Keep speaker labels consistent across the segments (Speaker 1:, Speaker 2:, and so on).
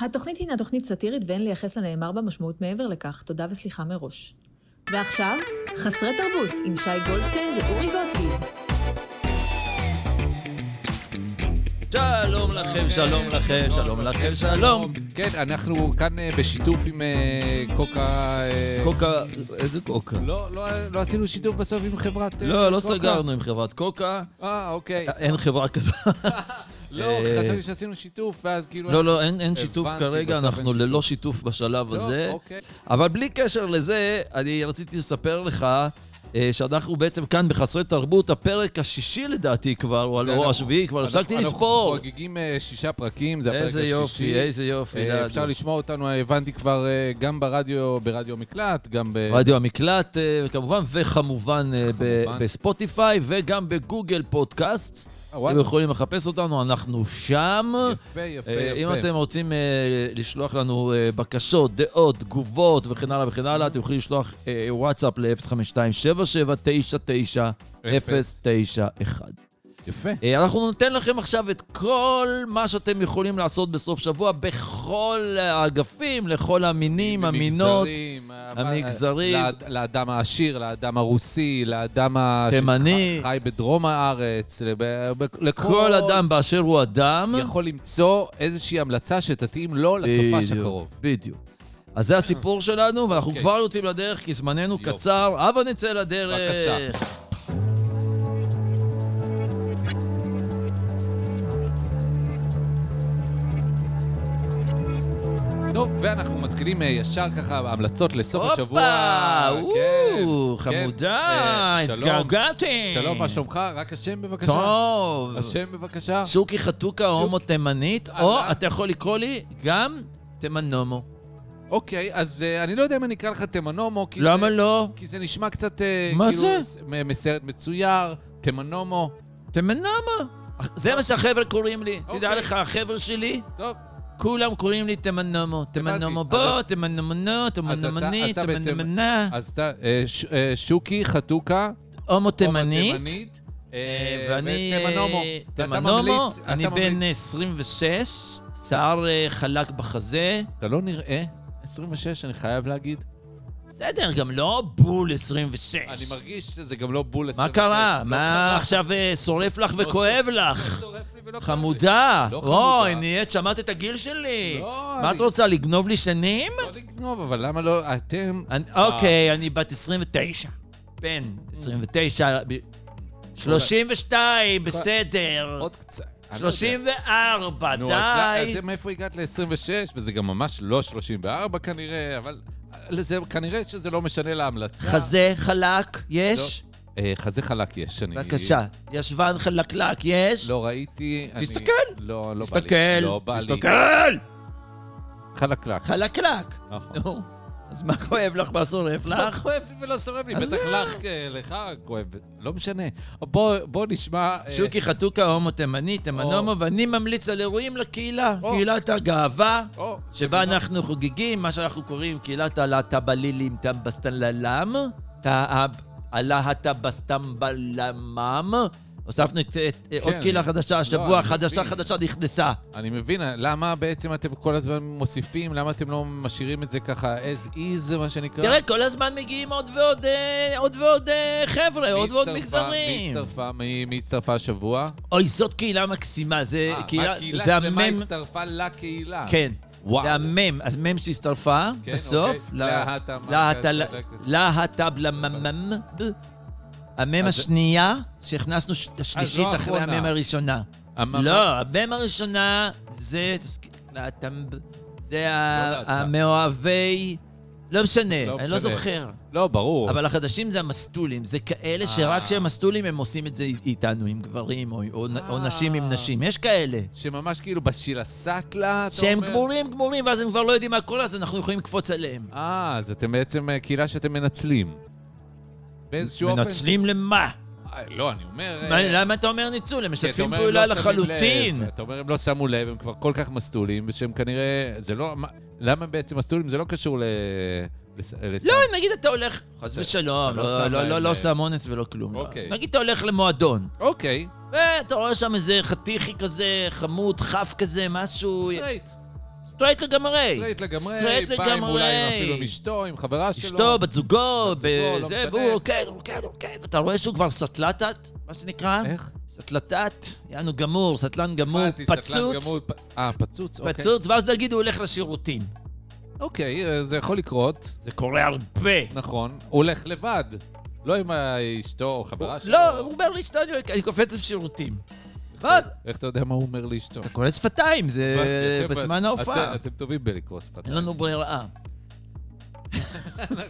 Speaker 1: התוכנית הינה תוכנית סאטירית ואין לייחס לנאמר בה משמעות מעבר לכך, תודה וסליחה מראש. ועכשיו, חסרי תרבות עם שי גולדשטיין ואורי גוטליב.
Speaker 2: שלום לכם, שלום לכם, שלום לכם, שלום.
Speaker 3: כן, אנחנו כאן אה, בשיתוף עם אה, קוקה... אה,
Speaker 2: קוקה, איזה קוקה?
Speaker 3: לא, לא- לא עשינו שיתוף בסוף עם חברת... אה,
Speaker 2: לא, לא
Speaker 3: קוקה?
Speaker 2: סגרנו עם חברת קוקה,
Speaker 3: אה, אוקיי.
Speaker 2: אין חברה כזאת.
Speaker 3: לא,
Speaker 2: אה,
Speaker 3: חשבתי שעשינו שיתוף, ואז כאילו...
Speaker 2: לא, לא, אין אין שיתוף
Speaker 3: הבנתי,
Speaker 2: כרגע,
Speaker 3: בסוף אין
Speaker 2: אנחנו
Speaker 3: שיתוף.
Speaker 2: ללא שיתוף בשלב
Speaker 3: טוב,
Speaker 2: הזה.
Speaker 3: אוקיי.
Speaker 2: אבל בלי קשר לזה, אני רציתי לספר לך אה, שאנחנו בעצם כאן בחסרי תרבות, הפרק השישי לדעתי כבר, או
Speaker 3: זה
Speaker 2: או
Speaker 3: אנחנו-
Speaker 2: השביעי, כבר
Speaker 3: אנחנו-
Speaker 2: הפסקתי
Speaker 3: אנחנו
Speaker 2: לספור.
Speaker 3: חוגגים אה, שישה פרקים, זה הפרק השישי.
Speaker 2: איזה יופי, איזה יופי.
Speaker 3: אה,
Speaker 2: לא,
Speaker 3: אפשר
Speaker 2: לא.
Speaker 3: לשמוע אותנו, הבנתי כבר, אה, גם ברדיו, ברדיו מקלט, גם ב...
Speaker 2: רדיו המקלט, אה, כמובן, וכמובן אה, ב-
Speaker 3: כמובן.
Speaker 2: בספוטיפיי וגם בגוגל פודקאסט.
Speaker 3: אה, וואלה.
Speaker 2: אתם יכולים לחפש אותנו, אנחנו שם.
Speaker 3: יפה, יפה,
Speaker 2: אה,
Speaker 3: יפה.
Speaker 2: אם אתם רוצים אה, לשלוח לנו אה, בקשות, דעות, תגובות וכן הלאה וכן הלאה, אתם יכולים לשלוח אה, וואטסאפ ל-052-7799091.
Speaker 3: יפה.
Speaker 2: אה, אנחנו ניתן לכם עכשיו את כל מה שאתם יכולים לעשות בסוף שבוע, בכל האגפים, לכל המינים, המינות.
Speaker 3: המגזרים, ה-
Speaker 2: המגזרים.
Speaker 3: לאד- לאדם העשיר, לאדם הרוסי, לאדם ה-
Speaker 2: תימני.
Speaker 3: שחי בדרום הארץ, לב- ב- לכל...
Speaker 2: כל אדם באשר הוא אדם.
Speaker 3: יכול למצוא איזושהי המלצה שתתאים לו לסופש
Speaker 2: בדיוק,
Speaker 3: הקרוב.
Speaker 2: בדיוק. אז זה הסיפור שלנו, ואנחנו
Speaker 3: אוקיי.
Speaker 2: כבר יוצאים לדרך, כי זמננו
Speaker 3: יופי.
Speaker 2: קצר, הבה נצא לדרך.
Speaker 3: בבקשה. טוב, ואנחנו מתחילים אה, ישר ככה, המלצות לסוף השבוע.
Speaker 2: הופה!
Speaker 3: כן,
Speaker 2: וואו,
Speaker 3: כן.
Speaker 2: חמודה,
Speaker 3: אה, שלום,
Speaker 2: התגעגעתי.
Speaker 3: שלום, מה שלומך? רק השם בבקשה.
Speaker 2: טוב.
Speaker 3: השם בבקשה.
Speaker 2: שוקי חתוקה, הומו תימנית,
Speaker 3: אהלן.
Speaker 2: או אתה יכול לקרוא לי גם תימנומו.
Speaker 3: אוקיי, אז אה, אני לא יודע אם אני אקרא לך תימנומו, כי...
Speaker 2: למה
Speaker 3: זה-
Speaker 2: לא?
Speaker 3: כי זה נשמע קצת... אה,
Speaker 2: מה
Speaker 3: כאילו,
Speaker 2: זה?
Speaker 3: ס- מ- מסרט מצויר, תימנומו.
Speaker 2: תימנומו. זה מה שהחבר'ה קוראים לי. תדע
Speaker 3: אוקיי.
Speaker 2: לך, החבר'ה שלי,
Speaker 3: טוב,
Speaker 2: כולם קוראים לי תימנומו. תימנומו בו,
Speaker 3: אז-
Speaker 2: תימנומונו, תימנומנית,
Speaker 3: אתה בעצם-
Speaker 2: תימנומנה.
Speaker 3: אז אתה, אה, ש- אה, שוקי, חתוקה,
Speaker 2: הומו
Speaker 3: הומו
Speaker 2: תימנית.
Speaker 3: אה,
Speaker 2: ואני
Speaker 3: ותימנומו. ואתה
Speaker 2: תימנומו,
Speaker 3: ממליץ- אתה
Speaker 2: אני
Speaker 3: ממליץ-
Speaker 2: בן 26, שיער אה, חלק בחזה.
Speaker 3: אתה לא נראה 26, אני חייב להגיד.
Speaker 2: אה, בסדר, גם לא בול 26.
Speaker 3: אני מרגיש שזה גם לא בול 26.
Speaker 2: מה קרה?
Speaker 3: לא
Speaker 2: מה
Speaker 3: קרה.
Speaker 2: עכשיו אה, שורף לך
Speaker 3: לא
Speaker 2: וכואב
Speaker 3: שורף- לא
Speaker 2: לך?
Speaker 3: שורף לי ולא כואב לי.
Speaker 2: חמודה.
Speaker 3: לא
Speaker 2: אוי,
Speaker 3: חמודה.
Speaker 2: נהיית, שמעת את הגיל שלי.
Speaker 3: לא,
Speaker 2: מה
Speaker 3: אני-
Speaker 2: את רוצה, לגנוב לי שנים?
Speaker 3: לא לגנוב, אבל למה לא... אתם...
Speaker 2: אני- אוקיי, אני בת 29. בן 29. ב- 32, בסדר.
Speaker 3: עוד קצת. אני לא יודע.
Speaker 2: 34,
Speaker 3: נו, אז
Speaker 2: די.
Speaker 3: אז מאיפה הגעת ל-26? וזה גם ממש לא 34 כנראה, אבל זה, כנראה שזה לא משנה להמלצה.
Speaker 2: חזה חלק, יש?
Speaker 3: אה, חזה חלק יש. אני...
Speaker 2: בבקשה. ישבן חלקלק, יש?
Speaker 3: לא ראיתי. אני-
Speaker 2: תסתכל.
Speaker 3: לא, לא בא לי.
Speaker 2: תסתכל,
Speaker 3: לא בא לי.
Speaker 2: תסתכל!
Speaker 3: חלקלק.
Speaker 2: חלקלק.
Speaker 3: נכון.
Speaker 2: נו, אז מה כואב לך? מה שורף
Speaker 3: לא
Speaker 2: לך?
Speaker 3: כואב לי ולא שורף לי, בטח לך, אה, לך כואב, לא משנה. בוא בוא נשמע... אה,
Speaker 2: שוקי חתוקה, הומו תימני, תימנומו, ואני ממליץ על אירועים לקהילה,
Speaker 3: או.
Speaker 2: קהילת הגאווה,
Speaker 3: או,
Speaker 2: שבה
Speaker 3: תמנע-
Speaker 2: אנחנו חוגגים, מה שאנחנו קוראים קהילת הלהטבלילים טמבסטללם, הלהטבסטמבלמם. הוספנו את- את- עוד
Speaker 3: אני-
Speaker 2: קהילה חדשה,
Speaker 3: כן. לא,
Speaker 2: השבוע
Speaker 3: אני
Speaker 2: חדשה
Speaker 3: מבין.
Speaker 2: חדשה נכנסה.
Speaker 3: אני מבין, למה בעצם אתם כל הזמן מוסיפים? למה אתם לא משאירים את זה ככה as is, מה שנקרא?
Speaker 2: תראה, כל הזמן מגיעים עוד ועוד אה, עוד ועוד אה, חבר'ה, עוד ועוד
Speaker 3: מי הצטרפה-
Speaker 2: מגזרים.
Speaker 3: מי הצטרפה? מי- מי הצטרפה השבוע?
Speaker 2: אוי, זאת קהילה מקסימה, זה
Speaker 3: אה, מה,
Speaker 2: קהילה,
Speaker 3: קהילה
Speaker 2: זה
Speaker 3: שלמה
Speaker 2: המם,
Speaker 3: הצטרפה לקהילה.
Speaker 2: כן,
Speaker 3: אה, וואו.
Speaker 2: זה המם, אז מם שהצטרפה,
Speaker 3: כן,
Speaker 2: בסוף,
Speaker 3: אוקיי. להטה- צודק, צודק.
Speaker 2: להטבלממם, המם
Speaker 3: אז-
Speaker 2: השנייה, שהכנסנו ש- השלישית
Speaker 3: לא
Speaker 2: אחרי
Speaker 3: האחרונה.
Speaker 2: המם הראשונה.
Speaker 3: הממ-
Speaker 2: לא, המם הראשונה זה, תזכיר- להטמב, זה ה-
Speaker 3: לא להטה.
Speaker 2: המאוהבי, לא
Speaker 3: לא
Speaker 2: משנה, אני לא
Speaker 3: משנה.
Speaker 2: זוכר.
Speaker 3: לא, ברור.
Speaker 2: אבל החדשים זה המסטולים, זה כאלה
Speaker 3: אה.
Speaker 2: שרק כשהם מסטולים הם עושים את זה איתנו, עם גברים, או- או או
Speaker 3: אה.
Speaker 2: נשים עם נשים, יש כאלה.
Speaker 3: שממש כאילו בשילה סאטלה, אתה
Speaker 2: שהם
Speaker 3: אומר?
Speaker 2: גמורים, גמורים, ואז הם כבר לא יודעים מה קורה, אז אנחנו יכולים לקפוץ עליהם.
Speaker 3: אה, אז אתם בעצם אה, קהילה שאתם מנצלים. באיזשהו אופן...
Speaker 2: מנצלים למה?
Speaker 3: אה, לא, אני אומר... אה,
Speaker 2: מה- למה אתה אומר ניצול? הם
Speaker 3: כי אתה
Speaker 2: משתפים
Speaker 3: אומר, הם לא
Speaker 2: פעולה
Speaker 3: שמים
Speaker 2: לחלוטין.
Speaker 3: לב. אתה אומר, הם לא שמו לב, הם כבר כל כך מסטולים, שהם כנראה... זה לא... מה- למה בעצם מסטולים? זה לא קשור ל... לס- לס-
Speaker 2: לא, נגיד אתה הולך, חס ושלום,
Speaker 3: לא
Speaker 2: לא-
Speaker 3: שם
Speaker 2: לא-
Speaker 3: להם
Speaker 2: לא-
Speaker 3: לב.
Speaker 2: לא סם אונס ולא כלום. לא.
Speaker 3: אוקיי.
Speaker 2: נגיד אתה הולך למועדון,
Speaker 3: אוקיי,
Speaker 2: ואתה רואה שם איזה חתיכי כזה, חמוד, חף כזה, משהו...
Speaker 3: סטרייט.
Speaker 2: סטרייט לגמרי.
Speaker 3: סטרייט לגמרי,
Speaker 2: סטרייט
Speaker 3: בא עם אולי עם
Speaker 2: לגמרי.
Speaker 3: אפילו עם אשתו, עם חברה שלו.
Speaker 2: אשתו, בת זוגו,
Speaker 3: בת זוגו, לא
Speaker 2: בזה,
Speaker 3: משנה.
Speaker 2: והוא לוקח, לוקח, לוקח, ואתה רואה שהוא כבר סטלטת, מה שנקרא?
Speaker 3: איך?
Speaker 2: סטלטת, יענו גמור, סטלן גמור,
Speaker 3: הבנתי, סטלן גמור,
Speaker 2: פצוץ,
Speaker 3: פ- אה, פצוץ, אוקיי.
Speaker 2: פצוץ, ואז נגיד הוא הולך לשירותים.
Speaker 3: אוקיי, אה, זה יכול לקרות,
Speaker 2: זה קורה הרבה.
Speaker 3: נכון. הוא הולך לבד, לא עם אשתו או חברה שלו.
Speaker 2: לא, הוא אומר לאשתו, אני- אני קופץ לשירותים. ואז
Speaker 3: איך אתה יודע מה הוא אומר לאשתו? כן,
Speaker 2: אתה קורא שפתיים, זה
Speaker 3: הבנתי, אתם-
Speaker 2: אה, בזמן ההופעה.
Speaker 3: אתם- אתם טובים בלקרוא שפתיים.
Speaker 2: אין לנו ברירה.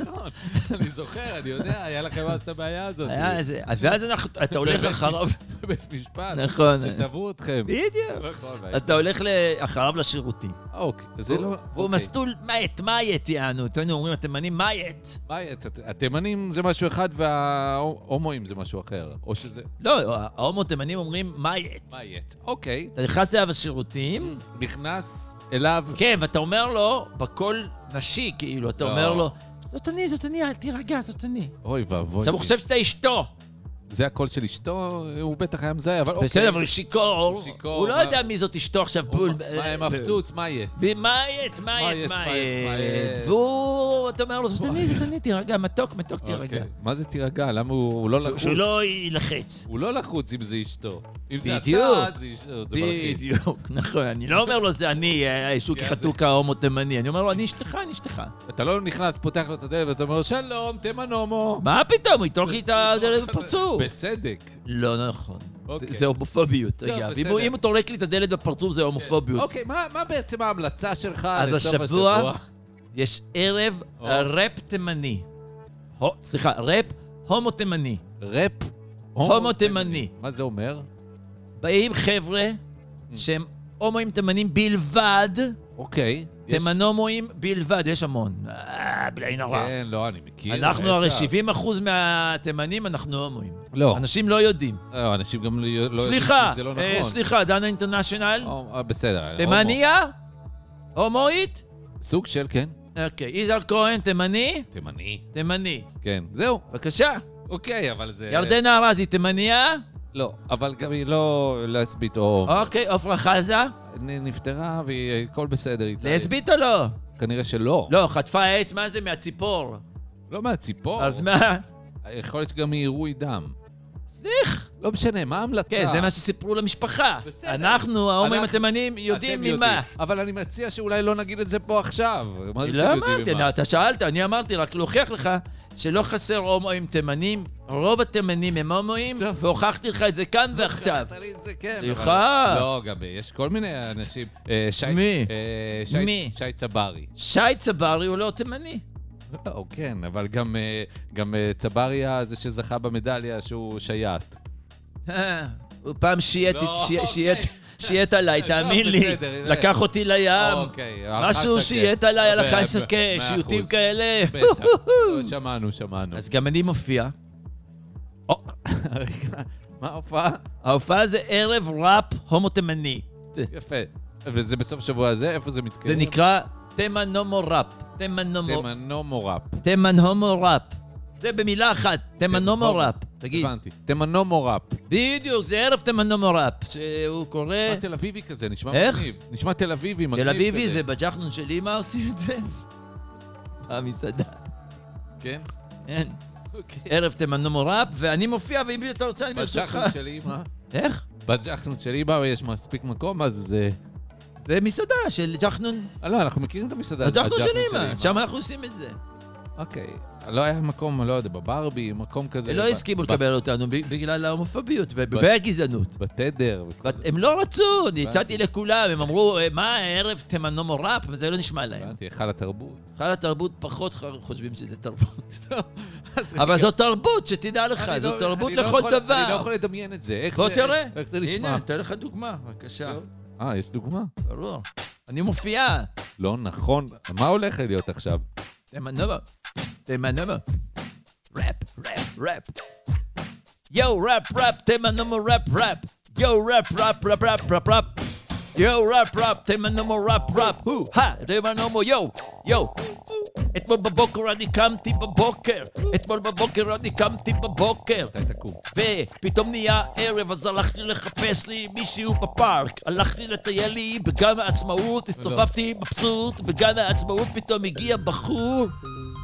Speaker 3: נכון, אני זוכר, אני יודע, היה לכם אז את הבעיה הזאת.
Speaker 2: היה איזה- אז ואז אנחנו- אתה הולך אחריו.
Speaker 3: בבית משפט.
Speaker 2: נכון.
Speaker 3: שתבעו אתכם.
Speaker 2: בדיוק.
Speaker 3: נכון,
Speaker 2: אתה הולך ל- אחריו לשירותים.
Speaker 3: אוקיי, זה
Speaker 2: הוא-
Speaker 3: לא...
Speaker 2: והוא
Speaker 3: אוקיי.
Speaker 2: מסטול מייט, מייט יענו. אצלנו אומרים התימנים מייט.
Speaker 3: מה, את- את- התימנים זה משהו אחד וההומואים זה משהו אחר. או שזה...
Speaker 2: לא, ההומו תימנים אומרים מייט.
Speaker 3: מה Mm. יהיה? אוקיי.
Speaker 2: אתה נכנס אליו לשירותים,
Speaker 3: נכנס אליו...
Speaker 2: כן, ואתה אומר לו, בקול נשי, כאילו, אתה
Speaker 3: לא.
Speaker 2: אומר לו, זאת אני, זאת אני, אל תירגע, זאת אני.
Speaker 3: אוי ואבוי.
Speaker 2: עכשיו,
Speaker 3: לי.
Speaker 2: הוא חושב שאתה אשתו.
Speaker 3: אוקיי. זה הקול של אשתו, הוא בטח היה מזהה, אבל אוקיי.
Speaker 2: בסדר, אבל הוא שיכור.
Speaker 3: הוא שיכור,
Speaker 2: הוא לא
Speaker 3: מה-
Speaker 2: יודע מי זאת אשתו אה, עכשיו.
Speaker 3: הוא-
Speaker 2: בול.
Speaker 3: מה עם הפצוץ? מה יהיה?
Speaker 2: במאייט, מאייט,
Speaker 3: מייט, מייט,
Speaker 2: מאייט.
Speaker 3: מייט.
Speaker 2: והוא, אתה אומר לו, זאת אני, זאת אני, תירגע, מתוק, מתוק, תירגע.
Speaker 3: אוקיי. מה זה תירגע? למה הוא הוא לא
Speaker 2: שהוא-
Speaker 3: לחוץ?
Speaker 2: שהוא לא יילחץ.
Speaker 3: הוא לא לחוץ אם זה אשתו. אם זה
Speaker 2: בדיוק.
Speaker 3: אתה, זה אשתו. זה מלחיץ.
Speaker 2: בדיוק, נכון. אני לא אומר לו, זה אני, אה, שוקי
Speaker 3: כן,
Speaker 2: חתוקה, הומו תימני. אני אומר לו, אני אשתך, אני אשתך.
Speaker 3: אתה לא נכנס, פותח לו את הדלת ואתה אומר, שלום, תימן הומו.
Speaker 2: מה פתאום, הוא יטרוק לי את הדלת בפרצוף.
Speaker 3: בצדק.
Speaker 2: לא נכון.
Speaker 3: אוקיי.
Speaker 2: זה- זה הומופוביות,
Speaker 3: טוב,
Speaker 2: אגב. אם
Speaker 3: בסדר.
Speaker 2: הוא- אם הוא טורק לי את הדלת בפרצוף, זה הומופוביות.
Speaker 3: אוקיי, מה מה בעצם ההמלצה שלך
Speaker 2: אז
Speaker 3: לסוף
Speaker 2: השבוע
Speaker 3: אוקיי.
Speaker 2: יש ערב
Speaker 3: או.
Speaker 2: ראפ תימני. הו- סליחה, ראפ הומו תימני.
Speaker 3: ראפ
Speaker 2: הומו תימני.
Speaker 3: אוקיי. מה זה אומר?
Speaker 2: באים חבר'ה שהם הומואים תימנים בלבד,
Speaker 3: אוקיי. יש-
Speaker 2: תימנומואים בלבד, יש המון. אה, בלי נורא.
Speaker 3: כן, לא, אני מכיר.
Speaker 2: אנחנו
Speaker 3: בטח.
Speaker 2: הרי 70% מהתימנים, אנחנו הומואים.
Speaker 3: לא.
Speaker 2: אנשים לא יודעים.
Speaker 3: לא, אנשים גם לא יודעים
Speaker 2: סליחה,
Speaker 3: זה לא
Speaker 2: אה,
Speaker 3: נכון.
Speaker 2: סליחה, דנה אינטרנשיונל,
Speaker 3: או- אה, בסדר. הומו.
Speaker 2: תימניה? הומואית?
Speaker 3: סוג של, כן.
Speaker 2: אוקיי, יזהר כהן, תימני?
Speaker 3: תימני.
Speaker 2: תימני.
Speaker 3: כן, זהו.
Speaker 2: בבקשה.
Speaker 3: אוקיי, אבל זה...
Speaker 2: ירדנה ארזי, תימניה?
Speaker 3: לא, אבל גם היא לא לסבית או...
Speaker 2: אוקיי, עפרה חזה?
Speaker 3: נ- נפטרה והיא- אה, הכל בסדר איתה.
Speaker 2: לסבית או לא?
Speaker 3: כנראה שלא.
Speaker 2: לא, חטפה עץ, מה זה? מהציפור.
Speaker 3: לא מהציפור.
Speaker 2: אז מה?
Speaker 3: יכול להיות שגם מעירוי דם.
Speaker 2: סליח.
Speaker 3: לא משנה, מה ההמלצה?
Speaker 2: כן, זה מה שסיפרו למשפחה.
Speaker 3: אה. בסדר.
Speaker 2: אנחנו, ההומים
Speaker 3: אנחנו-
Speaker 2: התימנים, יודעים
Speaker 3: אתם
Speaker 2: ממה.
Speaker 3: אבל אני מציע שאולי לא נגיד את זה פה עכשיו. מה זה
Speaker 2: לא
Speaker 3: אתם יודעים
Speaker 2: אמרתי,
Speaker 3: ממה? כן,
Speaker 2: אתה שאלת, אני אמרתי, רק להוכיח לך שלא חסר הומואים תימנים, רוב התימנים הם הומואים,
Speaker 3: טוב.
Speaker 2: והוכחתי לך את זה כאן ועכשיו.
Speaker 3: אתה לי את זה, כן, אבל-
Speaker 2: סליחה.
Speaker 3: לא, גם יש כל מיני אנשים. אה, שי-
Speaker 2: מי?
Speaker 3: אה, שי-
Speaker 2: מי?
Speaker 3: שי צברי.
Speaker 2: שי צברי הוא לא תימני.
Speaker 3: לא, כן, אבל גם, אה, גם אה, צברי אה, זה שזכה במדליה שהוא שייט.
Speaker 2: אה, הוא פעם שיית-
Speaker 3: לא,
Speaker 2: שי- שיית-
Speaker 3: אוקיי.
Speaker 2: שיית עליי,
Speaker 3: לא,
Speaker 2: תאמין לי.
Speaker 3: בסדר, אה.
Speaker 2: לקח אותי לים.
Speaker 3: אוקיי, על
Speaker 2: משהו
Speaker 3: חסקה.
Speaker 2: שיית עליי על
Speaker 3: ב- ב-
Speaker 2: החסקה,
Speaker 3: מאה
Speaker 2: שיוטים
Speaker 3: אחוז.
Speaker 2: כאלה.
Speaker 3: בטח. לא, שמענו, שמענו.
Speaker 2: אז גם אני מופיע.
Speaker 3: או, אה, רגע, מה ההופעה?
Speaker 2: ההופעה זה ערב ראפ הומו תימני.
Speaker 3: יפה. וזה בסוף השבוע הזה? איפה זה מתקיים?
Speaker 2: זה נקרא תימן הומו ראפ. תימן הומו
Speaker 3: תימנומוראפ.
Speaker 2: תימן הומו ראפ. זה במילה אחת, תימן הומו
Speaker 3: הומו.
Speaker 2: ראפ. תגיד.
Speaker 3: כן,
Speaker 2: אה.
Speaker 3: הבנתי. תימנומוראפ.
Speaker 2: בדיוק, זה ערב תימן הומו ראפ, שהוא קורא...
Speaker 3: נשמע תל אביבי כזה, נשמע
Speaker 2: איך?
Speaker 3: מגניב. נשמע תל אביבי, מגניב
Speaker 2: תל
Speaker 3: כזה.
Speaker 2: אביבי זה בג'חנון של אמא עושים את זה? במסעדה.
Speaker 3: כן?
Speaker 2: כן.
Speaker 3: אוקיי.
Speaker 2: ערב תימן הומו ראפ, ואני מופיע, ואם אתה רוצה, אני ברשותך.
Speaker 3: בג'חנות של אימא.
Speaker 2: איך?
Speaker 3: בג'חנות של אימא יש מספיק מקום, אז... אה,
Speaker 2: זה מסעדה של ג'חנון.
Speaker 3: אה, לא, אנחנו מכירים את המסעדה.
Speaker 2: בג'חנון
Speaker 3: הג'חנות
Speaker 2: של אמא, שם אנחנו עושים את זה.
Speaker 3: אוקיי. לא היה מקום, לא יודע, בברבי, מקום כזה.
Speaker 2: לא
Speaker 3: ב-
Speaker 2: הסכימו
Speaker 3: ב-
Speaker 2: לקבל אותנו ב- בגלל ההומופוביות ו- והגזענות.
Speaker 3: בתדר.
Speaker 2: בת- הם לא רצו, אני הצעתי לכולם, הם אמרו, "אה, מה, ערב תימן הומו ראפ? זה לא נשמע להם.
Speaker 3: הבנתי, היכל התרבות.
Speaker 2: בכלל התרבות פחות ח- חושבים שזה תרבות. אבל זו תרבות, שתדע לך,
Speaker 3: אני
Speaker 2: זו
Speaker 3: לא-
Speaker 2: תרבות
Speaker 3: אני לא
Speaker 2: לכל
Speaker 3: יכול- אני לא
Speaker 2: דבר.
Speaker 3: יכול לדמיין את זה. איך
Speaker 2: בוא
Speaker 3: זה-
Speaker 2: תראה.
Speaker 3: איך זה נשמע?
Speaker 2: הנה, אני אתן לך דוגמה, בבקשה.
Speaker 3: אה, יש דוגמה.
Speaker 2: ברור. אני מופיעה.
Speaker 3: לא נכון. מה הולך להיות עכשיו?
Speaker 2: תימן הומו. תימן הומו. ראפ, ראפ, ראפ. יואו, ראפ, ראפ, תימן הומו, ראפ, ראפ. יואו, ראפ, ראפ, ראפ, ראפ, ראפ, ראפ. יואו, ראפ, ראפ, תימן הומו, ראפ, ראפ. הו, הא, תימן הומו, יואו, יואו. אתמול בבוקר אני קמתי בבוקר, אתמול בבוקר אני קמתי בבוקר.
Speaker 3: מתי תקום?
Speaker 2: ופתאום נהיה ערב, אז הלכתי לחפש לי מישהו בפארק. הלכתי לטייל לי בגן העצמאות,
Speaker 3: לא.
Speaker 2: הסתובבתי מבסוט, בגן העצמאות פתאום הגיע בחור,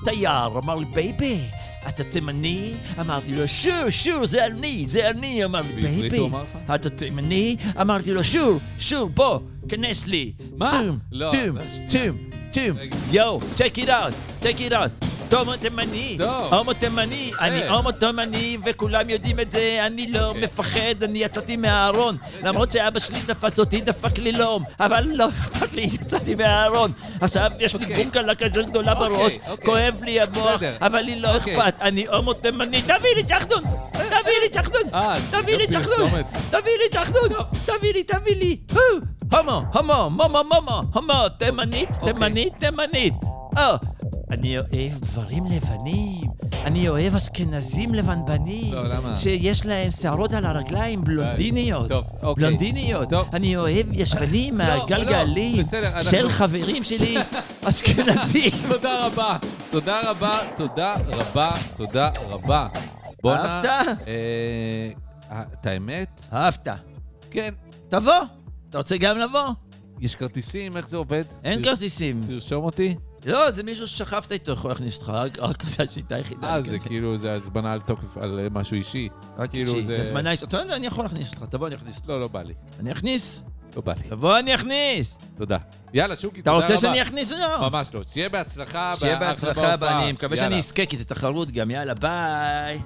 Speaker 2: תייר, אמר לי, בייבי, אתה תימני? אמרתי לו, שור, שור, זה אני, זה אני, אמר לי,
Speaker 3: בעברית
Speaker 2: בייבי.
Speaker 3: הוא אמר לך?
Speaker 2: אתה תימני? אמרתי לו, שור, שור, בוא, כנס לי.
Speaker 3: מה?
Speaker 2: טום,
Speaker 3: לא,
Speaker 2: טום,
Speaker 3: אבל שנייה.
Speaker 2: טום, טום.
Speaker 3: רגע.
Speaker 2: יואו, check it out, check it out. תומו תימני,
Speaker 3: טוב.
Speaker 2: הומו תימני, אני
Speaker 3: כן.
Speaker 2: הומו תימני, וכולם יודעים את זה, אני לא
Speaker 3: אוקיי.
Speaker 2: מפחד, אני יצאתי מהארון. למרות שאבא שלי תפס אותי, דפק לי לום, אבל לא אכפת לי, יצאתי מהארון. עכשיו יש לי
Speaker 3: אוקיי.
Speaker 2: בונקלה כזאת גדולה
Speaker 3: אוקיי,
Speaker 2: בראש,
Speaker 3: אוקיי.
Speaker 2: כואב לי המוח,
Speaker 3: בסדר.
Speaker 2: אבל לי לא
Speaker 3: אוקיי.
Speaker 2: אכפת, אני הומו תימני, תביא לי צ'חנון! תביא לי צ'חנון!
Speaker 3: אה,
Speaker 2: תביא לי
Speaker 3: זה
Speaker 2: צ'חנון!
Speaker 3: פרסומת.
Speaker 2: תביא לי צ'חנון! תביא לי, תביא לי! הו! הומו, הומו, מומו, מומו, הומו, תימנית,
Speaker 3: אוקיי.
Speaker 2: תימנית, תימנית. או, אני אוהב דברים לבנים, אני אוהב אשכנזים לבנבנים,
Speaker 3: לא, למה? אה,
Speaker 2: שיש להם שערות על הרגליים בלונדיניות,
Speaker 3: טוב, אוקיי.
Speaker 2: בלונדיניות.
Speaker 3: טוב.
Speaker 2: אני אוהב ישבנים
Speaker 3: לא,
Speaker 2: מהגלגלים
Speaker 3: לא, בסדר, אנחנו-
Speaker 2: של חברים שלי אשכנזים.
Speaker 3: תודה רבה. תודה רבה, תודה רבה, תודה רבה. בואנה...
Speaker 2: אהבת?
Speaker 3: אה, אה, את האמת?
Speaker 2: אהבת.
Speaker 3: כן.
Speaker 2: תבוא, אתה רוצה גם לבוא?
Speaker 3: יש כרטיסים, איך זה עובד?
Speaker 2: אין
Speaker 3: תר-
Speaker 2: כרטיסים.
Speaker 3: תרשום אותי.
Speaker 2: לא, זה מישהו ששכבת איתו, יכול להכניס אותך, רק- רק זו השיטה היחידה.
Speaker 3: אה, זה כאילו, זה הזמנה על תוקף, על אה, משהו אישי.
Speaker 2: כן, רק
Speaker 3: כאילו,
Speaker 2: אישי.
Speaker 3: זה-
Speaker 2: הזמנה אישית. אתה יודע, אני יכול להכניס אותך, תבוא, אני אכניס אותך.
Speaker 3: לא, לא בא לי.
Speaker 2: אני אכניס.
Speaker 3: לא בא לי.
Speaker 2: תבוא, אני אכניס.
Speaker 3: תודה. יאללה, שוקי,
Speaker 2: אתה
Speaker 3: תודה רבה.
Speaker 2: רוצה שאני אכניס? לא.
Speaker 3: ממש לא. שיהיה בהצלחה.
Speaker 2: שיהיה
Speaker 3: באחלה
Speaker 2: בהצלחה,
Speaker 3: בהופעה.
Speaker 2: ואני מקווה
Speaker 3: יאללה.
Speaker 2: שאני אזכה, כי זה תחרות גם. יאללה, ביי.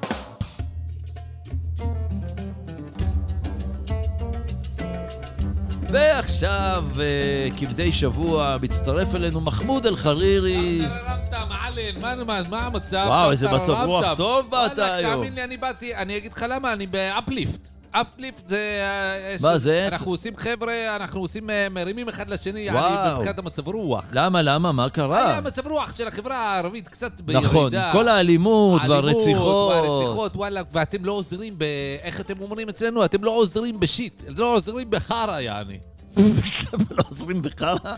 Speaker 2: ועכשיו, אה, כבדי שבוע, מצטרף אלינו מחמוד אל-חרירי.
Speaker 3: רמטה, מעלן, מה- מה- מה המצב?
Speaker 2: וואו, איזה
Speaker 3: רמטה,
Speaker 2: מצב רוח
Speaker 3: רמטה.
Speaker 2: טוב באת
Speaker 3: וואלה,
Speaker 2: היום.
Speaker 3: תאמין לי, אני באתי, אני אגיד לך למה, אני באפליפט. אפליפט זה... אה,
Speaker 2: מה
Speaker 3: ש-
Speaker 2: זה?
Speaker 3: אנחנו עושים חבר'ה, אנחנו עושים, אה, מרימים אחד לשני,
Speaker 2: וואו.
Speaker 3: יעני, מבחינת המצב רוח.
Speaker 2: למה, למה, מה
Speaker 3: היה
Speaker 2: קרה?
Speaker 3: מצב רוח של החברה הערבית קצת בירידה.
Speaker 2: נכון, כל האלימות והרציחות.
Speaker 3: והרציחות, וואלה, ואתם לא עוזרים ב... איך אתם אומרים אצלנו? אתם לא עוזרים בשיט, לא עוזרים בחרא, יעני.
Speaker 2: לא עוזרים בכלל.
Speaker 3: ככה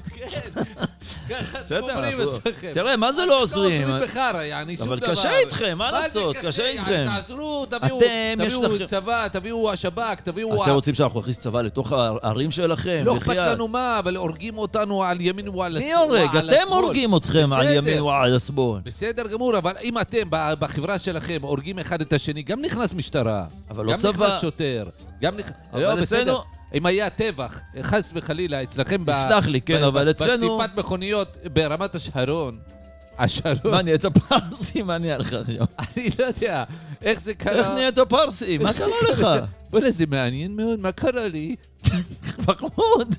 Speaker 3: אתם
Speaker 2: בסדר,
Speaker 3: אומרים
Speaker 2: אנחנו-
Speaker 3: אצלכם.
Speaker 2: תראה, מה זה לא עוזרים?
Speaker 3: לא עוזרים בחרא, יעני, שום
Speaker 2: אבל
Speaker 3: דבר.
Speaker 2: קשה איתכם, מה
Speaker 3: זה
Speaker 2: לעשות? קשה
Speaker 3: יעני,
Speaker 2: איתכם.
Speaker 3: תעזרו, תביאו,
Speaker 2: אתם, יש לכם-
Speaker 3: תביאו צבא, תביאו השב"כ, תביאו...
Speaker 2: אתם
Speaker 3: ה-
Speaker 2: רוצים שאנחנו נכניס צבא לתוך הערים שלכם?
Speaker 3: לא אכפת
Speaker 2: בחייאת.
Speaker 3: לנו מה, אבל הורגים אותנו על ימין ועל הש-
Speaker 2: מי הורג?
Speaker 3: ועל
Speaker 2: אתם
Speaker 3: השמאל.
Speaker 2: הורגים אתכם על
Speaker 3: בסדר.
Speaker 2: ימין ועל השמאל.
Speaker 3: בסדר גמור, אבל אם אתם, ב- בחברה שלכם, הורגים אחד את השני, גם נכנס משטרה.
Speaker 2: אבל לא
Speaker 3: גם
Speaker 2: צבא.
Speaker 3: נכנס שוטר. גם נכנס...
Speaker 2: אבל
Speaker 3: לא,
Speaker 2: אצלנו-
Speaker 3: בסדר. אם היה טבח, חס וחלילה, אצלכם... ב-
Speaker 2: תסלח לי, כן,
Speaker 3: ב-
Speaker 2: אבל
Speaker 3: ב-
Speaker 2: אצלנו-
Speaker 3: בשטיפת מכוניות ברמת השרון. השרון.
Speaker 2: מה, נהיית פרסי? מה נהיה לך עכשיו?
Speaker 3: אני לא יודע. איך זה קרה?
Speaker 2: איך נהיית פרסי? מה קרה לך?
Speaker 3: וואלה, זה מעניין מאוד, מה קרה לי?
Speaker 2: מחמוד,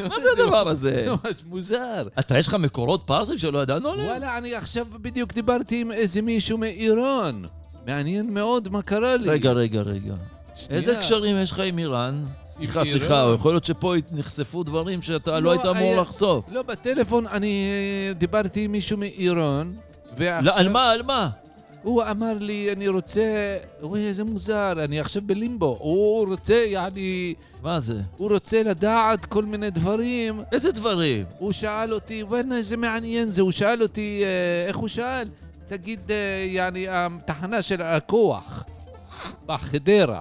Speaker 2: מה זה הדבר הזה?
Speaker 3: ממש מוזר.
Speaker 2: אתה, יש לך מקורות פרסים שלא ידענו עליהם?
Speaker 3: וואלה, אני עכשיו בדיוק דיברתי עם איזה מישהו מאיראן. מעניין מאוד מה קרה לי.
Speaker 2: רגע, רגע, רגע.
Speaker 3: שנייה.
Speaker 2: איזה קשרים יש לך עם איראן? סליחה,
Speaker 3: עם
Speaker 2: סליחה,
Speaker 3: איראן?
Speaker 2: יכול להיות שפה נחשפו דברים שאתה לא
Speaker 3: לא,
Speaker 2: היית אמור
Speaker 3: היה-
Speaker 2: לחשוף.
Speaker 3: לא, בטלפון אני אה, דיברתי עם מישהו מאיראן,
Speaker 2: לא, על
Speaker 3: ועכשיו
Speaker 2: מה, על מה?
Speaker 3: הוא אמר לי, אני רוצה... אוי, איזה מוזר, אני עכשיו בלימבו. הוא רוצה, יעני...
Speaker 2: מה זה?
Speaker 3: הוא רוצה לדעת כל מיני דברים.
Speaker 2: איזה דברים?
Speaker 3: הוא שאל אותי, וואנה, איזה מעניין זה, הוא שאל אותי, אה, איך הוא שאל? תגיד, אה, יעני, התחנה של הכוח בחדרה.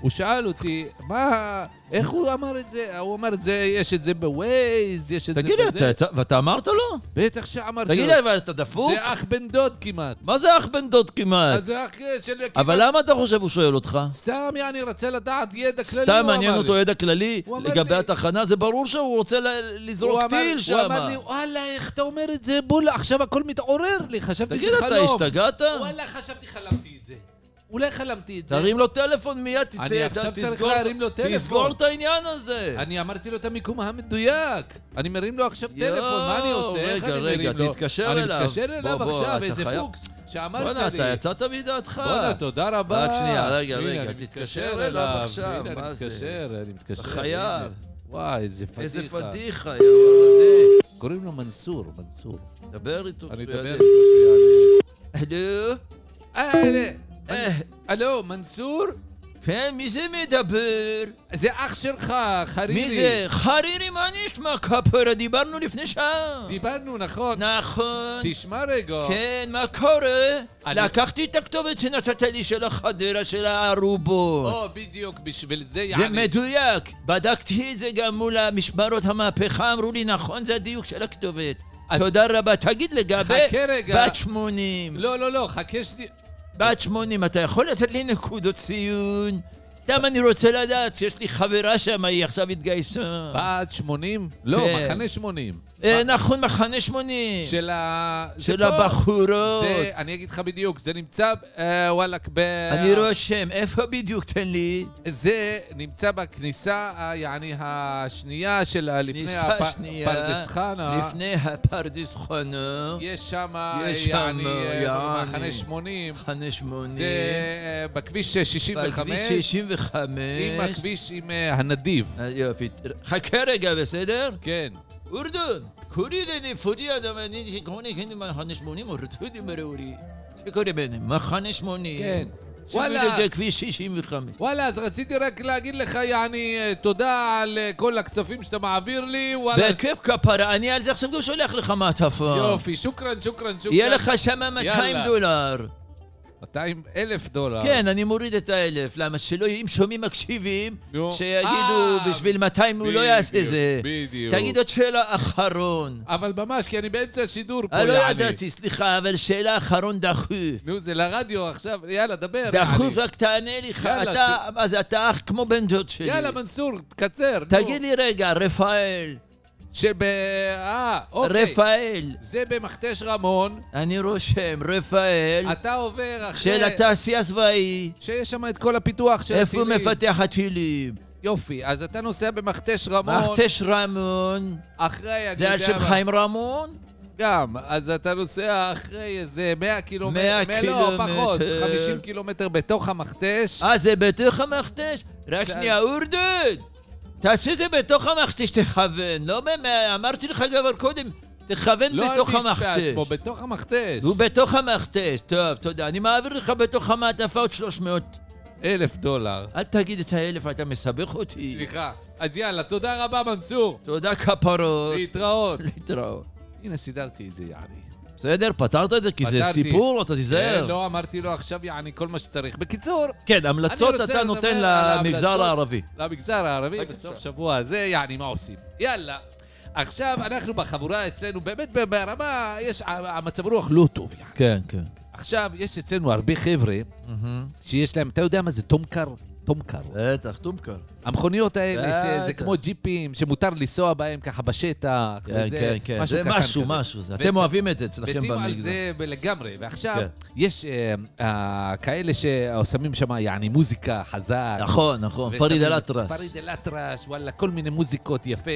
Speaker 3: הוא שאל אותי, מה, איך הוא אמר את זה? הוא אמר את זה, יש את זה בווייז, יש את
Speaker 2: תגיד
Speaker 3: זה
Speaker 2: לי,
Speaker 3: בזה.
Speaker 2: אתה יצא... ואתה אמרת לו?
Speaker 3: בטח שאמרתי
Speaker 2: תגיד
Speaker 3: לו.
Speaker 2: לי, אבל אתה דפוק?
Speaker 3: זה אח בן דוד כמעט.
Speaker 2: מה זה אח בן דוד כמעט?
Speaker 3: אז זה אח אה, של...
Speaker 2: אבל
Speaker 3: כמעט-
Speaker 2: למה אתה חושב הוא שואל אותך?
Speaker 3: סתם, יעני, רצה לדעת ידע כללי, הוא
Speaker 2: סתם
Speaker 3: אמר
Speaker 2: מעניין
Speaker 3: לי.
Speaker 2: אותו ידע כללי
Speaker 3: הוא אמר
Speaker 2: לגבי
Speaker 3: לי-
Speaker 2: התחנה, זה ברור שהוא רוצה ל-
Speaker 3: הוא
Speaker 2: לזרוק
Speaker 3: אמר-
Speaker 2: טיל שם.
Speaker 3: הוא אמר לי, וואלה, איך אתה אומר את זה, בול, עכשיו הכל מתעורר לי, חשבתי
Speaker 2: תגיד,
Speaker 3: שזה
Speaker 2: אתה
Speaker 3: חלום.
Speaker 2: השתגעת?
Speaker 3: וואלה, חשבתי חלמתי את זה. אולי חלמתי את זה.
Speaker 2: תרים לו טלפון מיד, תס-
Speaker 3: אני עכשיו
Speaker 2: תסגור-
Speaker 3: צריך להרים לו טלפון.
Speaker 2: תסגור את העניין הזה.
Speaker 3: אני אמרתי לו את המיקום המדויק. אני מרים לו עכשיו
Speaker 2: יואו,
Speaker 3: טלפון, מה אני עושה? איך
Speaker 2: רגע,
Speaker 3: אני
Speaker 2: רגע,
Speaker 3: מרים לו?
Speaker 2: תתקשר אליו.
Speaker 3: אני מתקשר אליו
Speaker 2: בוא, בוא,
Speaker 3: עכשיו,
Speaker 2: אתה
Speaker 3: איזה
Speaker 2: חייב-
Speaker 3: פוקס שאמרת
Speaker 2: בואנה,
Speaker 3: לי.
Speaker 2: אתה יצאת מדעתך.
Speaker 3: בואנה, תודה רבה.
Speaker 2: רק שנייה, רגע,
Speaker 3: הנה,
Speaker 2: רגע,
Speaker 3: אני
Speaker 2: תתקשר
Speaker 3: מתקשר
Speaker 2: אליו
Speaker 3: הנה,
Speaker 2: עכשיו,
Speaker 3: אני
Speaker 2: מה זה?
Speaker 3: מתקשר, אני מתקשר.
Speaker 2: אתה חייב.
Speaker 3: הנה. וואי, איזה פדיחה.
Speaker 2: איזה פדיחה, יא וולדי.
Speaker 3: קוראים לו מנסור, מנסור.
Speaker 2: דבר איתו. שהוא
Speaker 3: אני אדבר
Speaker 2: יעלה.
Speaker 3: איתו שיעלה.
Speaker 2: הלו?
Speaker 3: אה, הנה.
Speaker 2: אה,
Speaker 3: הלו, מנסור?
Speaker 2: כן, מי זה מדבר?
Speaker 3: זה אח שלך, חרירי.
Speaker 2: מי זה? חרירי, מה נשמע כפרה? דיברנו לפני שעה.
Speaker 3: דיברנו, נכון.
Speaker 2: נכון.
Speaker 3: תשמע רגע.
Speaker 2: כן, מה קורה?
Speaker 3: אני-
Speaker 2: לקחתי את הכתובת שנתת לי של החדרה של הערובות.
Speaker 3: או, בדיוק, בשביל זה
Speaker 2: נכון. זה
Speaker 3: יעני.
Speaker 2: מדויק. בדקתי את זה גם מול משמרות המהפכה, אמרו לי, נכון, זה הדיוק של הכתובת.
Speaker 3: אז-
Speaker 2: תודה רבה. תגיד לגבי
Speaker 3: חכה רגע.
Speaker 2: בת 80.
Speaker 3: לא, לא, לא, חכה שנייה.
Speaker 2: בת 80, אתה יכול לתת לי נקודות ציון? סתם אני רוצה לדעת שיש לי חברה שם, היא עכשיו התגייסה.
Speaker 3: בת 80? לא,
Speaker 2: אה. כן.
Speaker 3: מחנה 80.
Speaker 2: אה,
Speaker 3: ב-
Speaker 2: נכון, מחנה 80.
Speaker 3: של ה... זה
Speaker 2: של
Speaker 3: פה.
Speaker 2: הבחורות.
Speaker 3: זה, אני אגיד לך בדיוק, זה נמצא, אה, וואלכ, ב...
Speaker 2: אני רושם, איפה בדיוק? תן לי.
Speaker 3: זה נמצא בכניסה, אה, יעני, השנייה של ה- לפני
Speaker 2: ניסה שנייה.
Speaker 3: הפרדס חנה.
Speaker 2: לפני הפרדס חנה.
Speaker 3: יש שם,
Speaker 2: יש
Speaker 3: יעני,
Speaker 2: שמה,
Speaker 3: אה,
Speaker 2: יעני.
Speaker 3: במחנה 80.
Speaker 2: מחנה 80.
Speaker 3: זה אה, בכביש אה, 65,
Speaker 2: בכביש 65.
Speaker 3: עם הכביש עם אה, הנדיב.
Speaker 2: אה, יופי. חכה רגע, בסדר?
Speaker 3: כן.
Speaker 2: אורדון, קורי דדי פודי אדמני שקוראים כן מחנה 80 אורדודי מראורי. שקורא ביניהם, מחנה 80.
Speaker 3: כן. וואלה.
Speaker 2: וואלה. זה כביש 65.
Speaker 3: וואלה, אז רציתי רק להגיד לך, יעני, אה, תודה על אה, כל הכספים שאתה מעביר לי, וואלה.
Speaker 2: בכיף כפרה, אני על זה עכשיו גם שולח לך מעטפה.
Speaker 3: יופי, שוכרן, שוכרן, שוכרן.
Speaker 2: יהיה לך שם 200
Speaker 3: יאללה.
Speaker 2: דולר.
Speaker 3: 200 אלף דולר.
Speaker 2: כן, אני מוריד את האלף. למה שלא, אם שומעים מקשיבים,
Speaker 3: נו.
Speaker 2: שיגידו
Speaker 3: אה,
Speaker 2: בשביל 200 הוא לא
Speaker 3: בדיוק,
Speaker 2: יעשה זה.
Speaker 3: בדיוק.
Speaker 2: תגיד עוד שאלה אחרון.
Speaker 3: אבל ממש, כי אני באמצע השידור פה,
Speaker 2: אה, לא
Speaker 3: יעני.
Speaker 2: ידעתי, סליחה, אבל שאלה אחרון דחוף.
Speaker 3: נו, זה לרדיו עכשיו, יאללה, דבר.
Speaker 2: דחוף,
Speaker 3: יעני.
Speaker 2: רק תענה לי, ח-
Speaker 3: יאללה,
Speaker 2: אתה, מה זה, אתה אח כמו בן דוד שלי.
Speaker 3: יאללה, מנסור, תקצר. נו.
Speaker 2: תגיד לי רגע, רפאל,
Speaker 3: שב... אה, אוקיי.
Speaker 2: רפאל,
Speaker 3: זה במכתש רמון,
Speaker 2: אני רושם, רפאל,
Speaker 3: אתה עובר אחרי...
Speaker 2: של התעשייה הצבאי,
Speaker 3: שיש שם את כל הפיתוח של
Speaker 2: איפה הוא
Speaker 3: הטילים.
Speaker 2: מפתח הטילים?
Speaker 3: יופי, אז אתה נוסע במכתש רמון.
Speaker 2: מכתש רמון,
Speaker 3: אחרי, אני
Speaker 2: זה על
Speaker 3: יודע
Speaker 2: שם
Speaker 3: מה.
Speaker 2: חיים רמון?
Speaker 3: גם, אז אתה נוסע אחרי איזה 100 קילומטר.
Speaker 2: 100
Speaker 3: מאה- לא, פחות,
Speaker 2: קילומטר.
Speaker 3: 50 קילומטר בתוך המכתש.
Speaker 2: אה, זה בתוך המכתש? רק
Speaker 3: זה-
Speaker 2: שנייה, אורדון! תעשה זה בתוך המכתש, תכוון. לא, באמת, אמרתי לך כבר קודם, תכוון
Speaker 3: לא
Speaker 2: בתוך
Speaker 3: על מצפה
Speaker 2: המכתש.
Speaker 3: עצמו, בתוך המכתש.
Speaker 2: הוא בתוך המכתש, טוב, תודה. אני מעביר לך בתוך המעטפה עוד 300.
Speaker 3: אלף דולר.
Speaker 2: אל תגיד את האלף, אתה מסבך אותי.
Speaker 3: סליחה. אז יאללה, תודה רבה, מנסור.
Speaker 2: תודה כפרות.
Speaker 3: להתראות.
Speaker 2: להתראות.
Speaker 3: הנה, סידרתי את זה, יעני.
Speaker 2: בסדר, פתרת את זה? כי זה
Speaker 3: פתרתי.
Speaker 2: סיפור, אתה
Speaker 3: אה,
Speaker 2: תיזהר.
Speaker 3: לא, אמרתי לו עכשיו, יעני, כל מה שצריך. בקיצור,
Speaker 2: כן, המלצות
Speaker 3: אני רוצה
Speaker 2: אתה
Speaker 3: לדבר
Speaker 2: נותן
Speaker 3: על ההמלצות.
Speaker 2: למגזר הערבי.
Speaker 3: למגזר הערבי
Speaker 2: בבקשה.
Speaker 3: בסוף שבוע הזה, יעני, מה עושים? יאללה. עכשיו, אנחנו בחבורה אצלנו, באמת ברמה, יש, המצב רוח לא טוב, יעני.
Speaker 2: כן, כן.
Speaker 3: עכשיו, יש אצלנו הרבה חבר'ה
Speaker 2: מהמם.
Speaker 3: שיש להם, אתה יודע מה זה טומקר? טומקר.
Speaker 2: בטח, טומקר.
Speaker 3: המכוניות האלה, שזה
Speaker 2: בטח.
Speaker 3: כמו ג'יפים, שמותר לנסוע בהם ככה בשטח.
Speaker 2: כן,
Speaker 3: וזה,
Speaker 2: כן, כן. זה
Speaker 3: קטן
Speaker 2: משהו,
Speaker 3: כזה.
Speaker 2: משהו. זה-
Speaker 3: וזה-
Speaker 2: אתם אוהבים את זה אצלכם
Speaker 3: מתים על
Speaker 2: במגזר.
Speaker 3: זה לגמרי, ועכשיו
Speaker 2: כן.
Speaker 3: יש אה, אה, כאלה ששמים שם יעני מוזיקה חזק.
Speaker 2: נכון, נכון,
Speaker 3: ושמים-
Speaker 2: פריד אלאטרש.
Speaker 3: פריד אלאטרש, וואלה, כל מיני מוזיקות יפה.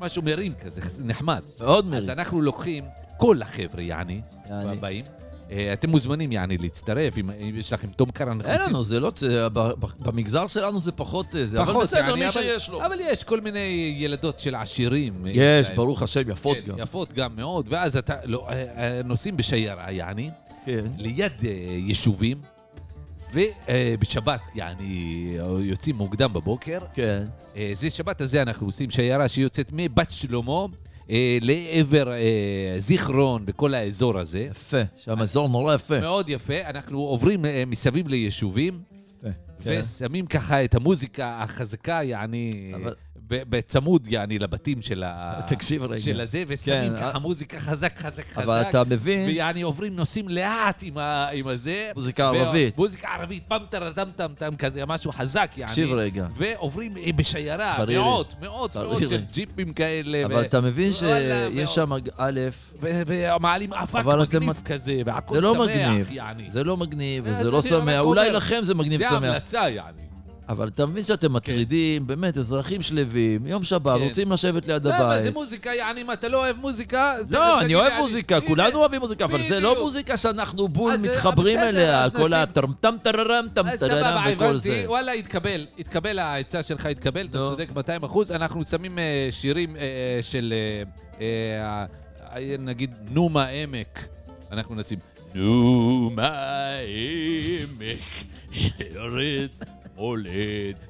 Speaker 3: משהו מרים כזה, נחמד.
Speaker 2: מאוד
Speaker 3: אז
Speaker 2: מרים.
Speaker 3: אנחנו לוקחים, כל החבר'ה יעני,
Speaker 2: יעני.
Speaker 3: הבאים. אה, אתם מוזמנים יעני להצטרף, אם אם יש לכם תום קרן. אנחנו
Speaker 2: אין
Speaker 3: עושים-
Speaker 2: לנו, זה לא... זה- ב- ב- במגזר שלנו זה פחות... אה, זה, אבל
Speaker 3: פחות,
Speaker 2: בסדר,
Speaker 3: יעני,
Speaker 2: מי
Speaker 3: נכון, אבל-
Speaker 2: שיש לו.
Speaker 3: אבל יש כל מיני ילדות של עשירים. אה,
Speaker 2: יש,
Speaker 3: להם.
Speaker 2: ברוך השם, יפות
Speaker 3: כן,
Speaker 2: גם.
Speaker 3: יפות גם מאוד, ואז אתה, לא, אה, אה, נוסעים בשיירה יעני.
Speaker 2: כן.
Speaker 3: ליד אה, יישובים, ובשבת, יעני, יוצאים מוקדם בבוקר.
Speaker 2: כן.
Speaker 3: אה, זה שבת הזה אנחנו עושים שיירה שיוצאת מבת שלמה אה, לעבר אה, זיכרון וכל האזור הזה.
Speaker 2: יפה, שהמזור נורא יפה.
Speaker 3: מאוד יפה, אנחנו עוברים אה, מסביב ליישובים.
Speaker 2: יפה, כן.
Speaker 3: ושמים ככה את המוזיקה החזקה, יעני,
Speaker 2: אבל-
Speaker 3: ב- בצמוד, יעני, לבתים של ה...
Speaker 2: תקשיב רגע.
Speaker 3: של הזה, ושמים
Speaker 2: כן,
Speaker 3: ככה
Speaker 2: אה.
Speaker 3: מוזיקה חזק, חזק, חזק.
Speaker 2: אבל אתה מבין,
Speaker 3: ויעני עוברים נוסעים לאט עם, ה, עם הזה.
Speaker 2: מוזיקה ערבית.
Speaker 3: מוזיקה ערבית, פמטרה דם טם טם כזה, משהו חזק יעני.
Speaker 2: תקשיב רגע.
Speaker 3: ועוברים אה, בשיירה,
Speaker 2: חרירי.
Speaker 3: מאות, מאות, מאות
Speaker 2: חרירי.
Speaker 3: של ג'יפים כאלה.
Speaker 2: אבל אתה מבין
Speaker 3: וואלה, מאוד.
Speaker 2: שיש שם, א',
Speaker 3: ו- ומעלים אבק
Speaker 2: אבל אתם-
Speaker 3: מגניב כזה, והכל
Speaker 2: זה לא
Speaker 3: שמח,
Speaker 2: מגניב.
Speaker 3: יעני.
Speaker 2: זה לא מגניב,
Speaker 3: אה,
Speaker 2: וזה
Speaker 3: זה
Speaker 2: לא
Speaker 3: אני רק
Speaker 2: שמח, אולי
Speaker 3: אומר.
Speaker 2: לכם זה מגניב
Speaker 3: זה
Speaker 2: שמח.
Speaker 3: ההמלצה, יעני.
Speaker 2: אבל אתה מבין שאתם מטרידים, באמת, אזרחים שלווים, יום שבת,
Speaker 3: כן.
Speaker 2: רוצים לשבת ליד
Speaker 3: למה זה
Speaker 2: הבית.
Speaker 3: מוזיקה, יעני, אם אתה לא אוהב מוזיקה... ת-
Speaker 2: לא,
Speaker 3: תגיד,
Speaker 2: אני אוהב
Speaker 3: יעני,
Speaker 2: מוזיקה,
Speaker 3: הנה,
Speaker 2: כולנו אוהבים מוזיקה, אבל זה לא
Speaker 3: בדיוק.
Speaker 2: מוזיקה שאנחנו בול
Speaker 3: אז זה-
Speaker 2: מתחברים
Speaker 3: בסדר,
Speaker 2: אליה,
Speaker 3: אז
Speaker 2: כל
Speaker 3: נשים-
Speaker 2: הטרמטם טררם, טם
Speaker 3: אז
Speaker 2: טררם
Speaker 3: סבבה,
Speaker 2: וכל זה.
Speaker 3: הבנתי, אוקיי. וואלה, התקבל, התקבל, העצה שלך התקבל, אתה
Speaker 2: נו.
Speaker 3: צודק 200 אחוז, אנחנו שמים אה, שירים אה, של, אה, אה, אה, נגיד, נומה עמק, אנחנו נשים, נומה עמק, ארץ מולד.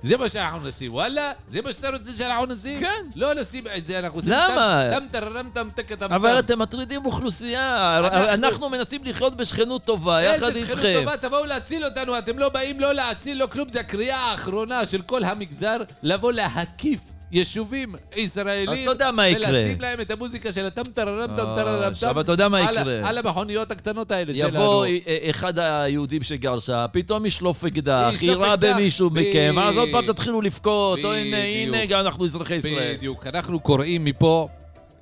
Speaker 3: זה מה שאנחנו נשים, וואלה? זה מה שאתה רוצה שאנחנו נשים?
Speaker 2: כן.
Speaker 3: לא נשים את זה, אנחנו נשים...
Speaker 2: למה?
Speaker 3: טם טררם טם טקה טם טם.
Speaker 2: אבל אתם מטרידים אוכלוסייה,
Speaker 3: אנחנו-
Speaker 2: אנחנו מנסים לחיות בשכנות טובה, יחד
Speaker 3: איזה שכנות
Speaker 2: איתכם.
Speaker 3: טובה, תבואו להציל אותנו, אתם לא באים לא להציל, לא כלום, זה הקריאה האחרונה של כל המגזר לבוא להקיף. יישובים ישראלים,
Speaker 2: אז אתה יודע מה יקרה.
Speaker 3: ולשים להם את המוזיקה של הטם טררם טם
Speaker 2: אה,
Speaker 3: טררם טם,
Speaker 2: עכשיו אתה יודע מה
Speaker 3: על ה-
Speaker 2: יקרה.
Speaker 3: על המכוניות הקטנות האלה שלנו.
Speaker 2: יבוא אה, אחד היהודים שגר שם, פתאום ישלוף אקדח,
Speaker 3: ישלוף
Speaker 2: יירה
Speaker 3: אקדח,
Speaker 2: במישהו מכם, ואז עוד פעם
Speaker 3: בדיוק.
Speaker 2: תתחילו לבכות, או הנה,
Speaker 3: בדיוק.
Speaker 2: הנה, גם אנחנו אזרחי ישראל.
Speaker 3: בדיוק, אנחנו קוראים מפה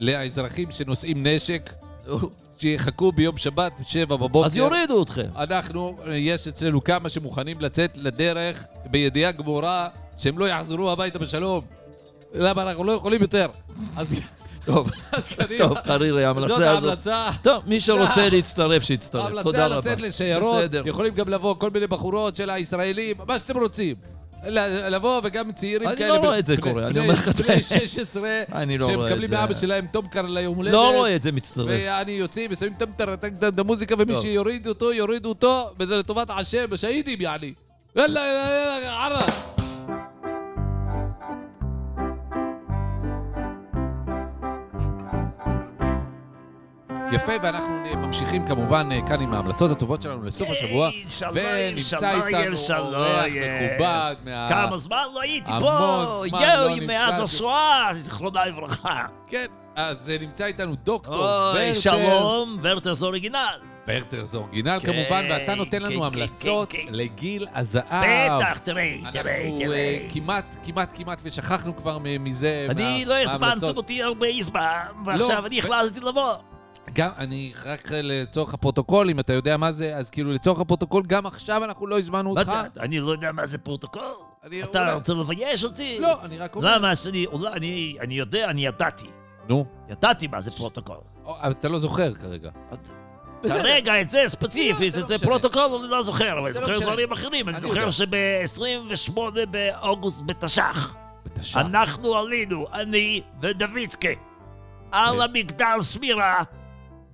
Speaker 3: לאזרחים שנושאים נשק, שיחכו ביום שבת, שבע בבוקר.
Speaker 2: אז יורידו אתכם.
Speaker 3: אנחנו, יש אצלנו כמה שמוכנים לצאת לדרך בידיעה גמורה שהם לא יחזרו הביתה בשלום. למה אנחנו לא יכולים יותר? אז,
Speaker 2: טוב,
Speaker 3: אז קדימה.
Speaker 2: טוב, חרירי,
Speaker 3: אוקיי. זאת
Speaker 2: ההמלצה הזאת.
Speaker 3: ההמלצה.
Speaker 2: טוב, מי שרוצה
Speaker 3: אה.
Speaker 2: להצטרף, שיצטרף. תודה
Speaker 3: ההמלצה
Speaker 2: רבה.
Speaker 3: לצאת לשיירות.
Speaker 2: בסדר.
Speaker 3: יכולים גם לבוא כל מיני בחורות של הישראלים, מה שאתם רוצים. ל- לבוא וגם צעירים
Speaker 2: אני
Speaker 3: כאלה.
Speaker 2: לא
Speaker 3: בני-
Speaker 2: רואה את זה
Speaker 3: בני-
Speaker 2: קורה, אני
Speaker 3: בני-
Speaker 2: אומר לך את
Speaker 3: בני
Speaker 2: האמת.
Speaker 3: 16,
Speaker 2: אני לא רואה את
Speaker 3: שמקבלים
Speaker 2: זה.
Speaker 3: מאבא שלהם טומקר ליום הולדת.
Speaker 2: לא רואה את זה מצטרף.
Speaker 3: ואני יוצאים ושמים טמטרטק את המוזיקה, ומי
Speaker 2: טוב.
Speaker 3: שיוריד אותו, יוריד אותו, וזה לטובת השם, השהידים יעני. יאללה, יאללה, יאללה, ערס. יפה, ואנחנו ממשיכים כמובן אה, כאן עם ההמלצות הטובות שלנו לסוף השבוע. ונמצא איתנו אורח מכובד מה...
Speaker 2: כמה זמן לא הייתי
Speaker 3: אה, המון
Speaker 2: פה,
Speaker 3: זמן לא
Speaker 2: יואו,
Speaker 3: נפגשנו.
Speaker 2: מאז השואה, זיכרונה לברכה.
Speaker 3: כן, אז אה, נמצא איתנו דוקטור
Speaker 2: אוי,
Speaker 3: ורטרס.
Speaker 2: שלום, ורטרס אוריגינל.
Speaker 3: ורטר זה אורגינל
Speaker 2: כן,
Speaker 3: כמובן, ואתה נותן
Speaker 2: כן, כן,
Speaker 3: לנו המלצות
Speaker 2: כן, כן.
Speaker 3: לגיל הזהב.
Speaker 2: בטח, תראה, תראה,
Speaker 3: אה, אנחנו
Speaker 2: תראה.
Speaker 3: אה, כמעט, כמעט, כמעט, ושכחנו כבר מ- מזה,
Speaker 2: אני
Speaker 3: מה-
Speaker 2: לא הזמנתם
Speaker 3: מההמלצות.
Speaker 2: אותי הרבה זמן, ועכשיו
Speaker 3: לא,
Speaker 2: אני
Speaker 3: ו-
Speaker 2: החלטתי לבוא.
Speaker 3: גם, אני רק אה, לצורך הפרוטוקול, אם אתה יודע מה זה, אז כאילו לצורך הפרוטוקול, גם עכשיו אנחנו לא הזמנו
Speaker 2: מה
Speaker 3: אותך.
Speaker 2: אתה- אני לא יודע מה זה פרוטוקול.
Speaker 3: אני-
Speaker 2: אתה
Speaker 3: אולי-
Speaker 2: רוצה לבייש אותי?
Speaker 3: לא, אני רק אומר.
Speaker 2: למה שאני, אולי, אני- אני יודע, אני ידעתי.
Speaker 3: נו,
Speaker 2: ידעתי מה זה פרוטוקול.
Speaker 3: או, אבל אתה לא זוכר כרגע. בסדר.
Speaker 2: כרגע את זה ספציפית,
Speaker 3: זה לא
Speaker 2: את זה
Speaker 3: משנה.
Speaker 2: פרוטוקול אני לא זוכר, אבל אני
Speaker 3: זה לא
Speaker 2: זוכר
Speaker 3: משנה.
Speaker 2: דברים אחרים. אני
Speaker 3: אני
Speaker 2: זוכר
Speaker 3: יודע.
Speaker 2: שב-28 באוגוסט בתש"ח,
Speaker 3: בתש"ח.
Speaker 2: אנחנו עלינו, אני ודוידקה,
Speaker 3: כן.
Speaker 2: על המגדל שמירה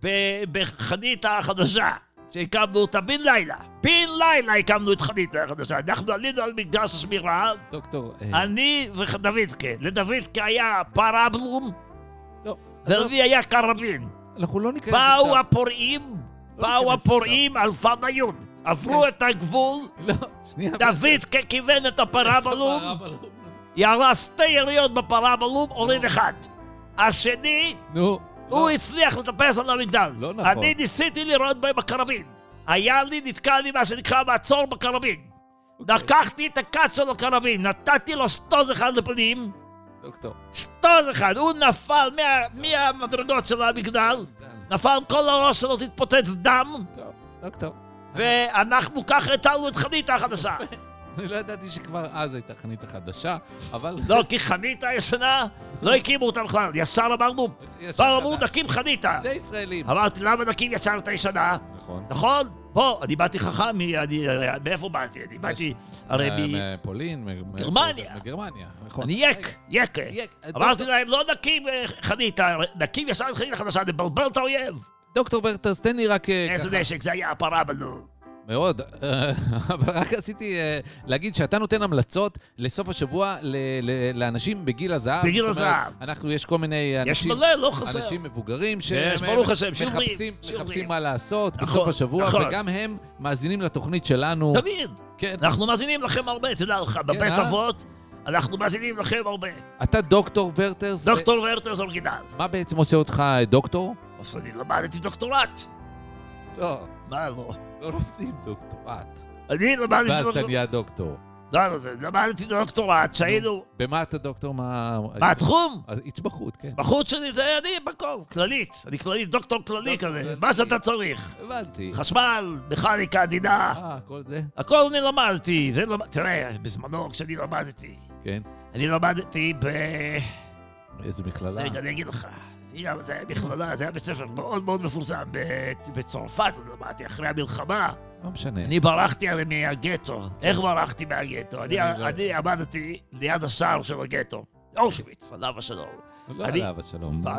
Speaker 2: ב- בחניתה החדשה, שהקמנו אותה בן לילה. בן לילה הקמנו את חניתה החדשה. אנחנו עלינו על מגדל שמירה,
Speaker 3: דוקטור... אה,
Speaker 2: אני ודוידקה. לדוידקה היה פרבלום,
Speaker 3: טוב, עזוב,
Speaker 2: ולי היה קרבין.
Speaker 3: אנחנו לא ניכנס
Speaker 2: באו
Speaker 3: עכשיו.
Speaker 2: הפורעים,
Speaker 3: לא
Speaker 2: באו
Speaker 3: ניכנס
Speaker 2: הפורעים על פניון, עברו
Speaker 3: כן.
Speaker 2: את הגבול,
Speaker 3: לא, שנייה.
Speaker 2: דוד כיוון את הפרבלום,
Speaker 3: פרבלום.
Speaker 2: ירה שתי יריות בפרבלום, הוריד
Speaker 3: לא.
Speaker 2: אחד. השני,
Speaker 3: נו.
Speaker 2: הוא הצליח לטפס על המגדל.
Speaker 3: לא נכון.
Speaker 2: אני ניסיתי לירות בהם בקרבין. היה לי, נתקע לי מה שנקרא מעצור בקרבין.
Speaker 3: אוקיי,
Speaker 2: לקחתי את הכת של הקרבין, נתתי לו שטוז אחד לפנים,
Speaker 3: דוקטור.
Speaker 2: שטוז אחד, הוא נפל מה- מהמדרגות של המגדל, נפל כל הראש שלו, התפוצץ דם,
Speaker 3: טוב, דוקטור.
Speaker 2: ואנחנו ככה הצלנו את חניתה החדשה.
Speaker 3: אני לא ידעתי שכבר אז הייתה חנית החדשה, אבל...
Speaker 2: לא, כי חניתה ישנה, לא הקימו אותה בכלל. ישר אמרנו,
Speaker 3: יש
Speaker 2: כבר אמרו,
Speaker 3: הבחנה.
Speaker 2: נקים חניתה.
Speaker 3: זה ישראלים.
Speaker 2: אמרתי, למה נקים ישר את הישנה?
Speaker 3: נכון.
Speaker 2: נכון? בוא, אני באתי חכם, מ- אני- הרי- מאיפה באתי? אני באתי, הרי מ...
Speaker 3: אה, מפולין, מ-
Speaker 2: גרמניה.
Speaker 3: מ- מגרמניה, נכון.
Speaker 2: אני יק, יק.
Speaker 3: יק.
Speaker 2: אמרתי
Speaker 3: דוקטור-
Speaker 2: להם, לא נקים אה, חניתה, נקים ישר את חניתה חדשה, נבלבל את האויב.
Speaker 3: דוקטור ברטרס, תן לי רק... אה, ככה.
Speaker 2: איזה נשק, זה היה הפרה לא. בנו.
Speaker 3: מאוד. אה, אבל רק רציתי אה, להגיד שאתה נותן המלצות לסוף השבוע ל- ל- לאנשים בגיל הזהב.
Speaker 2: בגיל
Speaker 3: זאת אומרת,
Speaker 2: הזהב.
Speaker 3: אנחנו, יש כל מיני אנשים...
Speaker 2: יש מלא, לא חסר.
Speaker 3: אנשים מבוגרים שהם אה,
Speaker 2: יש, ברוך השם, שיעורים,
Speaker 3: מחפשים,
Speaker 2: שיעורים.
Speaker 3: מחפשים מה לעשות
Speaker 2: נכון,
Speaker 3: בסוף השבוע,
Speaker 2: נכון.
Speaker 3: וגם הם מאזינים לתוכנית שלנו.
Speaker 2: תמיד.
Speaker 3: כן.
Speaker 2: אנחנו מאזינים לכם הרבה, תדע לך, בבית
Speaker 3: אה?
Speaker 2: אבות, אנחנו מאזינים לכם הרבה.
Speaker 3: אתה דוקטור ברטרס.
Speaker 2: דוקטור ורטרס אורגינל.
Speaker 3: מה בעצם עושה אותך אה, דוקטור?
Speaker 2: אז אני למדתי דוקטורט.
Speaker 3: לא,
Speaker 2: מה לא?
Speaker 3: לא לומדים דוקטורט.
Speaker 2: אני לא למדתי
Speaker 3: אה, ואז אתה
Speaker 2: דוקטורט.
Speaker 3: נהיה דוקטור.
Speaker 2: לא, לא, זה- למדתי דוקטורט שהיינו...
Speaker 3: במה אתה דוקטור? מה...
Speaker 2: מה לא. התחום?
Speaker 3: אז התמחות, כן.
Speaker 2: בחוץ שלי זה אני בכל, כללית. אני כללית, דוקטור כללי
Speaker 3: דוקטור
Speaker 2: כזה.
Speaker 3: כללי.
Speaker 2: מה שאתה צריך.
Speaker 3: הבנתי.
Speaker 2: חשמל, מכניקה, דינה.
Speaker 3: אה, כל זה?
Speaker 2: הכל אני למדתי. זה למד- תראה, בזמנו כשאני למדתי.
Speaker 3: כן.
Speaker 2: אני למדתי ב...
Speaker 3: איזה מכללה.
Speaker 2: רגע, אני אגיד לך. הנה, זה היה מכללה, זה היה בית ספר מאוד מאוד מפורסם. ב- בצרפת למדתי, אחרי המלחמה.
Speaker 3: לא משנה.
Speaker 2: אני ברחתי הרי מהגטו. איך ברחתי מהגטו? אני-
Speaker 3: אני לא-
Speaker 2: אני עמדתי ליד השער של הגטו, אושוויץ, עליו השלום.
Speaker 3: לא
Speaker 2: אני-
Speaker 3: עליו השלום.
Speaker 2: מה?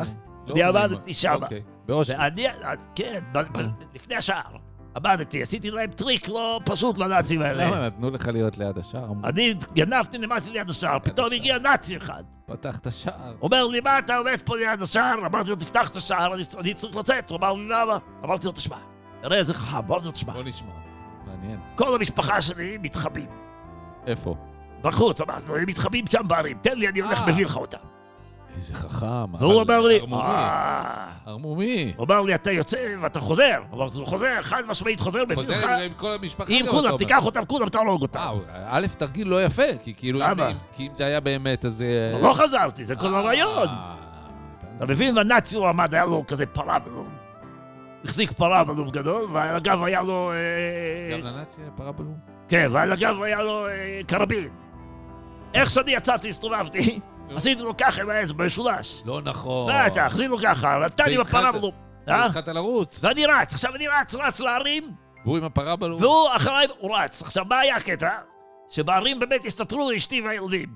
Speaker 3: לא
Speaker 2: אני
Speaker 3: אומרים-
Speaker 2: עמדתי שמה.
Speaker 3: אוקיי. באושוויץ.
Speaker 2: ואני, כן, ב- ב- לפני השער. עבדתי, עשיתי להם טריק לא פשוט לנאצים האלה.
Speaker 3: למה נתנו לך להיות ליד השער?
Speaker 2: אני גנבתי, נעמדתי ליד השער, פתאום
Speaker 3: השער.
Speaker 2: הגיע נאצי אחד.
Speaker 3: פתח את השער.
Speaker 2: אומר לי, מה אתה עומד פה ליד השער? אמרתי לו, תפתח את השער, אני- אני צריך לצאת. הוא אמר לי, למה? אמרתי לו, תשמע, תראה איזה חכם, אמרתי לו, תשמע,
Speaker 3: בוא נשמע. מעניין.
Speaker 2: כל המשפחה שלי מתחבאים.
Speaker 3: איפה?
Speaker 2: בחוץ, אמרתי לו, הם מתחבאים שם בערים, תן לי, אני הולך
Speaker 3: אה.
Speaker 2: מביא לך אותם.
Speaker 3: איזה חכם.
Speaker 2: והוא
Speaker 3: אבל
Speaker 2: אמר לי,
Speaker 3: ערמומי.
Speaker 2: "אה."
Speaker 3: ערמומי.
Speaker 2: הוא אמר לי, אתה יוצא ואתה חוזר. אמרתי לו, חוזר, חד משמעית חוזר, מביא
Speaker 3: חוזר אה,
Speaker 2: לך.
Speaker 3: עם- עם כל המשפחה.
Speaker 2: עם
Speaker 3: גם, אתה
Speaker 2: כולם,
Speaker 3: אומר.
Speaker 2: תיקח אותם, כולם, תהרוג אותם.
Speaker 3: וואו, א', תרגיל לא יפה, כי כאילו...
Speaker 2: למה?
Speaker 3: אם- כי אם זה היה באמת, אז... אה,
Speaker 2: לא חזרתי, זה כל הרעיון.
Speaker 3: אה,
Speaker 2: אתה מבין? והנאצי הוא עמד, היה לו כזה פרבלום. החזיק פרבלום גדול, ועל הגב היה לו... אה,
Speaker 3: גם לנאצי היה פרבלום?
Speaker 2: כן, ועל הגב היה לו אה, קרבין. איך שאני יצאתי, הסתובבתי, עשיתי לו ככה עם האצבע, משולש.
Speaker 3: לא נכון.
Speaker 2: מה אתה, החזיר לו ככה, נתן לי
Speaker 3: והתחלת-
Speaker 2: בפרבלום. אה?
Speaker 3: התחלת לרוץ.
Speaker 2: ואני רץ, עכשיו אני רץ, רץ להרים,
Speaker 3: והוא עם הפרבלום.
Speaker 2: והוא אחריי, הוא רץ. עכשיו, מה היה הקטע? שבהרים באמת הסתתרו אשתי והילדים.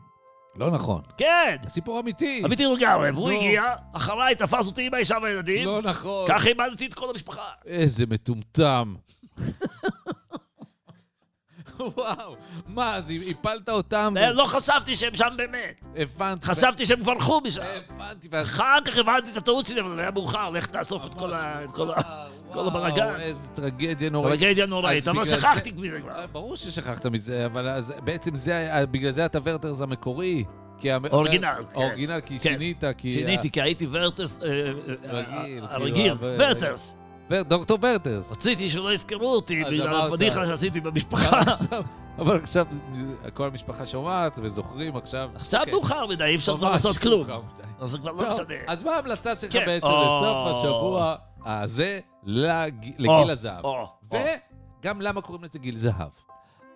Speaker 3: לא נכון.
Speaker 2: כן,
Speaker 3: סיפור אמיתי.
Speaker 2: אמיתי לגמרי. והוא
Speaker 3: לא.
Speaker 2: הגיע, אחריי תפס אותי עם האישה והילדים,
Speaker 3: לא נכון.
Speaker 2: ככה איבדתי את כל המשפחה.
Speaker 3: איזה מטומטם. וואו, מה, אז הפלת אותם?
Speaker 2: אה, לא חשבתי שהם שם באמת.
Speaker 3: הבנתי.
Speaker 2: חשבתי שהם ברחו משם.
Speaker 3: הבנתי, ואז...
Speaker 2: אחר כך הבנתי את הטעות שלי, אבל היה מאוחר, לך תאסוף את כל ה- את כל ה...
Speaker 3: וואו,
Speaker 2: הבלגן.
Speaker 3: איזה טרגדיה נוראית.
Speaker 2: טרגדיה נוראית,
Speaker 3: אז
Speaker 2: אבל
Speaker 3: בגלל
Speaker 2: שכחתי
Speaker 3: זה-
Speaker 2: מזה כבר.
Speaker 3: אה, ברור ששכחת מזה, אבל אז בעצם זה, היה- בגלל זה אתה ורטרס המקורי. כי המ-
Speaker 2: אורגינל, כן.
Speaker 3: אורגינל, כי
Speaker 2: כן.
Speaker 3: שינית, כי...
Speaker 2: שיניתי, כי הייתי ורטס... אה, אה,
Speaker 3: רגיל,
Speaker 2: אה, הרגיל,
Speaker 3: כאילו, אבל-
Speaker 2: ורטרס.
Speaker 3: ור- דוקטור ורטרס.
Speaker 2: רציתי שלא יזכרו אותי
Speaker 3: אז
Speaker 2: בגלל
Speaker 3: אמרת.
Speaker 2: הפדיחה שעשיתי במשפחה.
Speaker 3: אבל עכשיו- אבל עכשיו כל המשפחה שומעת וזוכרים עכשיו.
Speaker 2: עכשיו
Speaker 3: אוקיי.
Speaker 2: מאוחר מדי, אי אפשר כבר
Speaker 3: ממש
Speaker 2: לעשות כלום.
Speaker 3: מאוחר מדי.
Speaker 2: אז זה כבר
Speaker 3: טוב,
Speaker 2: לא משנה.
Speaker 3: אז מה ההמלצה שלך
Speaker 2: כן.
Speaker 3: בעצם
Speaker 2: או.
Speaker 3: לסוף השבוע הזה לג-
Speaker 2: או,
Speaker 3: לגיל הזהב?
Speaker 2: או, או.
Speaker 3: וגם למה קוראים לזה גיל זהב?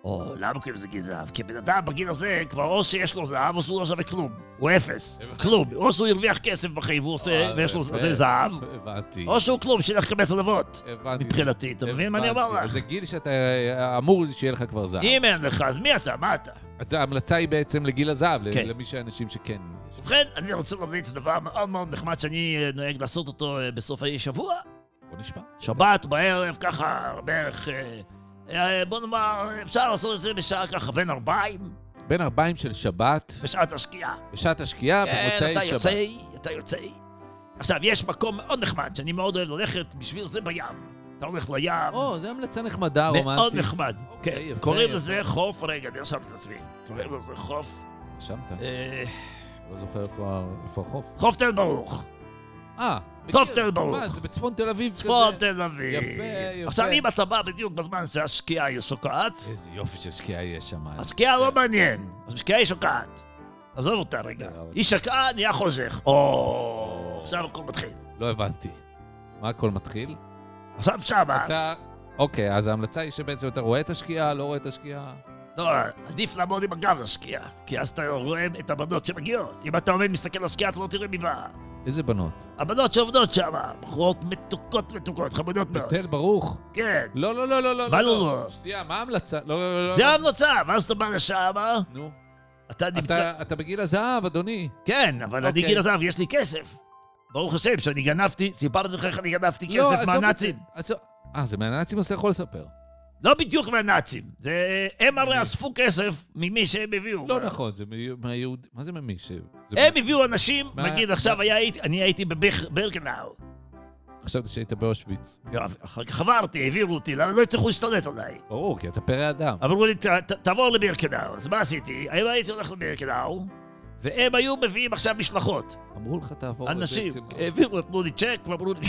Speaker 2: או, למה קוראים לזה גיל זהב? כי בן אדם בגיל הזה, כבר או שיש לו זהב, או שהוא לא שווה כלום. הוא אפס.
Speaker 3: הבנתי.
Speaker 2: כלום. או שהוא הרוויח כסף בחיים, והוא עושה,
Speaker 3: אה,
Speaker 2: ויש לו
Speaker 3: יפה.
Speaker 2: זה זהב,
Speaker 3: הבנתי.
Speaker 2: או שהוא כלום, שילך לקבץ אדמות.
Speaker 3: הבנתי.
Speaker 2: מבחינתי, אתה מבין מה אני
Speaker 3: הבנתי.
Speaker 2: אומר
Speaker 3: אז
Speaker 2: לך?
Speaker 3: זה גיל שאתה אה, אמור שיהיה לך כבר זהב.
Speaker 2: אם אין לך, אז מי אתה? מה אתה?
Speaker 3: אז ההמלצה היא בעצם לגיל הזהב, ל-
Speaker 2: כן.
Speaker 3: למי שאנשים שכן.
Speaker 2: ובכן, אני רוצה להמליץ דבר מאוד מאוד נחמד שאני אה, נוהג לעשות אותו אה, בסוף השבוע.
Speaker 3: בוא נשמע.
Speaker 2: שבת בערב, ככה, בערך... אה, אה, בוא נאמר, אפשר לעשות את זה בשעה ככה בין ארבעיים,
Speaker 3: בין ארבעים של שבת,
Speaker 2: בשעת השקיעה.
Speaker 3: בשעת השקיעה,
Speaker 2: כן, אתה
Speaker 3: במוצאי שבת.
Speaker 2: יוצא, אתה יוצא. עכשיו, יש מקום מאוד נחמד, שאני מאוד אוהב ללכת, בשביל זה בים. אתה הולך לים,
Speaker 3: או, זו המלצה נחמדה, רומנטית.
Speaker 2: מאוד נחמד.
Speaker 3: אוקיי,
Speaker 2: כן,
Speaker 3: יפה,
Speaker 2: קוראים
Speaker 3: יפה.
Speaker 2: לזה חוף, רגע, אני ארשם את עצמי. קוראים לזה חוף,
Speaker 3: רשמת,
Speaker 2: אה,
Speaker 3: לא זוכר איפה ה- איפה החוף.
Speaker 2: חוף תל ברוך.
Speaker 3: אה,
Speaker 2: חוף
Speaker 3: מכיר.
Speaker 2: תל ברוך.
Speaker 3: מה, זה בצפון תל אביב כזה?
Speaker 2: צפון תל אביב.
Speaker 3: יפה, יפה.
Speaker 2: עכשיו, אם אתה בא בדיוק בזמן שהשקיעה היא שוקעת,
Speaker 3: איזה יופי של שקיעה יש שם. אה.
Speaker 2: השקיעה לא מעניין, אז השקיעה היא שוקעת. עזוב אותה רגע.
Speaker 3: אבל-
Speaker 2: היא שקעה, נהיה חושך. או, עכשיו הכל מתחיל.
Speaker 3: לא הבנתי. מה הכל מתחיל?
Speaker 2: אה. עכשיו שמה,
Speaker 3: אתה... אוקיי, אז ההמלצה היא שבעצם אתה רואה את השקיעה, לא רואה את השקיעה.
Speaker 2: לא, עדיף לעמוד עם הגב לשקיעה, כי אז אתה רואה את הבנות שמגיעות. אם אתה עומד מסתכל לשקיעה, אתה לא תראה מי בא.
Speaker 3: איזה בנות?
Speaker 2: הבנות שעובדות שם, בחורות מתוקות מתוקות, חמודות מאוד.
Speaker 3: תל ברוך.
Speaker 2: כן,
Speaker 3: לא, לא, לא, לא, לא.
Speaker 2: מה לא, לא?
Speaker 3: שנייה, מה ההמלצה? לא, לא, לא.
Speaker 2: זה
Speaker 3: לא.
Speaker 2: ההמלצה, ואז אתה בא לשם,
Speaker 3: נו.
Speaker 2: אתה נמצא...
Speaker 3: אתה, אתה בגיל הזהב, אדוני.
Speaker 2: כן, אבל אני
Speaker 3: אוקיי.
Speaker 2: גיל הזהב, יש לי כסף. ברוך השם שאני גנבתי, סיפרתי לך איך אני גנבתי
Speaker 3: לא,
Speaker 2: כסף
Speaker 3: עזוב את
Speaker 2: מהנאצים.
Speaker 3: זה, עזוב- אה, זה מהנאצים, אז אתה יכול לספר.
Speaker 2: לא בדיוק מהנאצים. זה... הם הרי אספו כסף ממי שהם הביאו.
Speaker 3: לא נכון, זה מי- מהיהוד... מה זה ממי ש... זה-
Speaker 2: הם הביאו אנשים,
Speaker 3: מה-
Speaker 2: נגיד עכשיו היה איתי- אני הייתי בברקנאו.
Speaker 3: חשבתי שהיית באושוויץ.
Speaker 2: אחר כך עברתי, העבירו אותי, למה לא הצליחו להשתלט עליי?
Speaker 3: ברור, כי אתה פרא אדם.
Speaker 2: אמרו לי, "ת- ת- תעבור לבירקנאו. אז מה עשיתי? היום הייתי הולך לבירקנאו, והם היו מביאים עכשיו משלחות.
Speaker 3: אמרו לך תעבור... כאילו.
Speaker 2: אנשים,
Speaker 3: לזה, כמו-
Speaker 2: העבירו, נתנו לי צ'ק, ואמרו לי...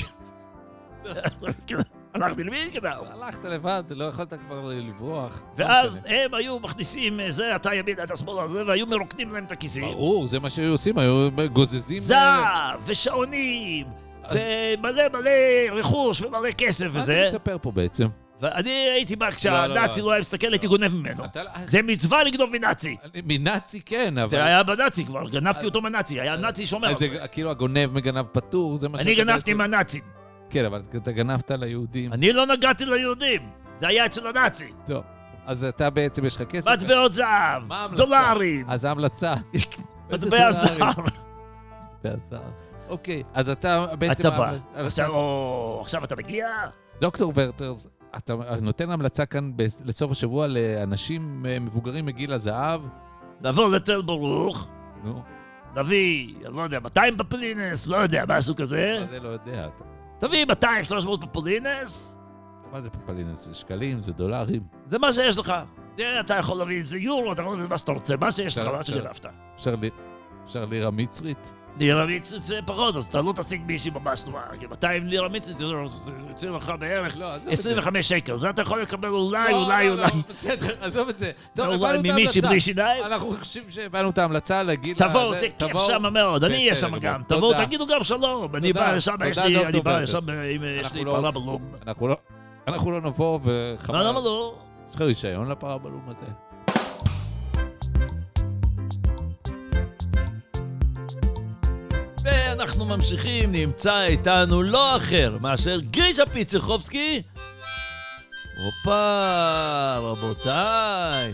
Speaker 2: "כן, הלכתי לבירקנאו.
Speaker 3: הלכת לבד, לא יכולת כבר לברוח. לא
Speaker 2: ואז הם היו מכניסים, אה, זה, אתה ימין, אתה שמאל, הזה, והיו מרוקנים להם את הכיסים.
Speaker 3: ברור, זה מה שהיו עושים, היו גוזזים... אה,
Speaker 2: זהב, ושעונים,
Speaker 3: אז-
Speaker 2: ומלא מלא רכוש ומלא כסף
Speaker 3: מה
Speaker 2: וזה.
Speaker 3: אתה מספר פה בעצם?
Speaker 2: ואני הייתי בא,
Speaker 3: לא, לא,
Speaker 2: כשהנאצי
Speaker 3: לא.
Speaker 2: לא היה מסתכל, הייתי גונב ממנו.
Speaker 3: אתה לא-
Speaker 2: זה מצווה לגנוב מנאצי.
Speaker 3: אני- מנאצי כן, אבל...
Speaker 2: זה היה בנאצי כבר, גנבתי
Speaker 3: אז-
Speaker 2: אותו מהנאצי, היה נאצי שומר
Speaker 3: אז
Speaker 2: על
Speaker 3: זה
Speaker 2: זה.
Speaker 3: כאילו הגונב מגנב פטור, זה מה
Speaker 2: אני
Speaker 3: שאתה
Speaker 2: גנבתי
Speaker 3: בעצם-
Speaker 2: מהנאצים.
Speaker 3: כן, אבל אתה גנבת ליהודים.
Speaker 2: אני לא נגעתי ליהודים, זה היה אצל הנאצי.
Speaker 3: טוב. אז אתה בעצם, יש לך כסף.
Speaker 2: מטבעות זהב,
Speaker 3: מה ההמלצה?
Speaker 2: דולרים,
Speaker 3: אז ההמלצה. איזה
Speaker 2: מטבע
Speaker 3: דולרים?
Speaker 2: זהב.
Speaker 3: בעצר. אוקיי, אז אתה בעצם...
Speaker 2: אתה בא.
Speaker 3: ההמלצה-
Speaker 2: עכשיו, או, עכשיו אתה מגיע,
Speaker 3: דוקטור ורטרס אתה נותן המלצה כאן ב- לסוף השבוע לאנשים אה, מבוגרים מגיל הזהב?
Speaker 2: נעבור לתל ברוך,
Speaker 3: נו,
Speaker 2: כן. נביא, אני לא יודע, 200 בפלינס, לא יודע, משהו כזה.
Speaker 3: זה לא יודע. אתה-
Speaker 2: תביא 200, 300 בפלינס,
Speaker 3: מה זה פפלינס? זה שקלים? זה דולרים?
Speaker 2: זה מה שיש לך. זה אתה יכול להביא, זה יורו, אתה יכול להביא מה שאתה רוצה, מה שיש לך,
Speaker 3: בסדר,
Speaker 2: מה שגנבת.
Speaker 3: אפשר לי... אפשר לירה מצרית?
Speaker 2: לירה מיצית זה פחות, אז אתה לא תשיג מישהי ממש נורא, כי 200 לירה מיצית זה לא- זה יוצא לך בערך
Speaker 3: לא, עזוב את זה.
Speaker 2: 25 שקל, זה אתה יכול לקבל אולי,
Speaker 3: לא,
Speaker 2: אולי,
Speaker 3: לא, לא,
Speaker 2: אולי.
Speaker 3: בסדר, עזוב את זה. טוב,
Speaker 2: אולי
Speaker 3: הבנו את
Speaker 2: ממישהי בלי
Speaker 3: ההמלצה.
Speaker 2: שיניים?
Speaker 3: אנחנו חושבים שהבנו את ההמלצה לגיל...
Speaker 2: תבואו,
Speaker 3: הזה,
Speaker 2: זה כיף
Speaker 3: תבואו.
Speaker 2: שם מאוד, אני אהיה
Speaker 3: בסדר
Speaker 2: שם
Speaker 3: גמור.
Speaker 2: גם. תבואו,
Speaker 3: תודה.
Speaker 2: תגידו גם שלום. אני
Speaker 3: תודה.
Speaker 2: בא לשם, יש
Speaker 3: תודה,
Speaker 2: לי,
Speaker 3: דוקטור
Speaker 2: אני בא
Speaker 3: ברקס.
Speaker 2: לשם, אם יש
Speaker 3: אנחנו
Speaker 2: לי
Speaker 3: לא
Speaker 2: פרה
Speaker 3: רוצים-
Speaker 2: בלום.
Speaker 3: אנחנו לא... אנחנו לא נבוא וחבל.
Speaker 2: למה לא?
Speaker 3: יש לך רישיון לפרבלום הזה?
Speaker 2: ואנחנו ממשיכים, נמצא איתנו לא אחר מאשר גרישה פיצ'חובסקי. הופה, רבותיי.